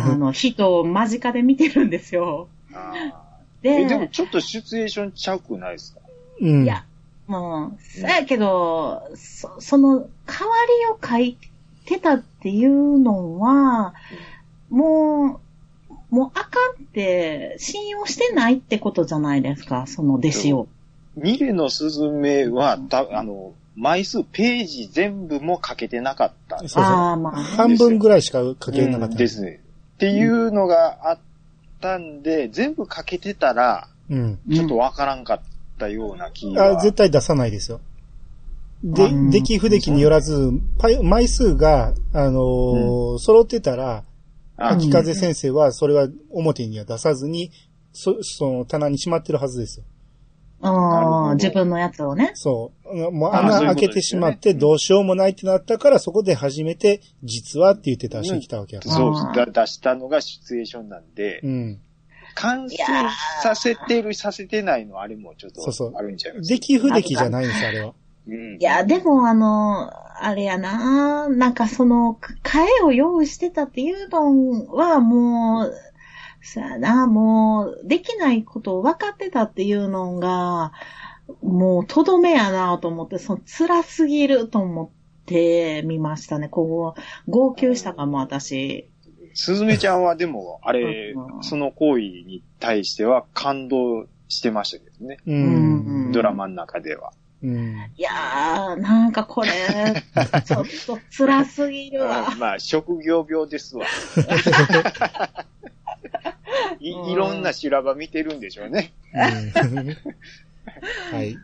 あの、人を間近で見てるんですよ。
ーあー。
で、
え、でもちょっとシチュエーションちゃうくないですか
うん。
いや、もう、そやけど、そその、代わりを書いてたっていうのは、もう、もうあかんって、信用してないってことじゃないですか、その弟子を。
ミレのスズメは、たあの、枚数、ページ全部も書けてなかったんです
そうそう
ああ、まあね、
半分ぐらいしか書けなかった。
ですね。っていうのがあったんで、全部書けてたら、
うん。
ちょっとわからんかったような気が。
あ、絶対出さないですよ。で
う、ん
出来不出来によらず、パイ枚数が、あのー揃ってたら、
あ
秋風先生はそれは表には出さずに、そ、その棚にしまってるはずですよ。
なるほ
あ
ど
あ、自分のやつをね。
そう。もう
あー
穴
そうい
開
うこと
け
で
て
す
し
よね
まってどうしようもないってなったから、そこで初めて、実はって言って出してきたわけやから。
そう
あー
だ、出したのがシチュエーションなんで、
うん。
完成させてる、させてないのあれもちょっと
そうそう
あるんちゃいます
出来不出来じゃないんです、あれは。
うん
いや、でもあの、あれやな、なんかその、か替えを用意してたっていうのはもう、さあな、もう、できないことを分かってたっていうのが、もう、とどめやなと思って、その、辛すぎると思って見ましたね。こう、号泣したかも、私。
すずめちゃんはでも、あれ
う、ん
その行為に対しては感動してましたけどね。
う
うん
ん。
ドラマの中では。
うん。
いやー、なんかこれ、ちょっと辛すぎるわ
うん。まあ、職業病ですわ。いいろんな修羅場見てるんでしょうね。
うんはい。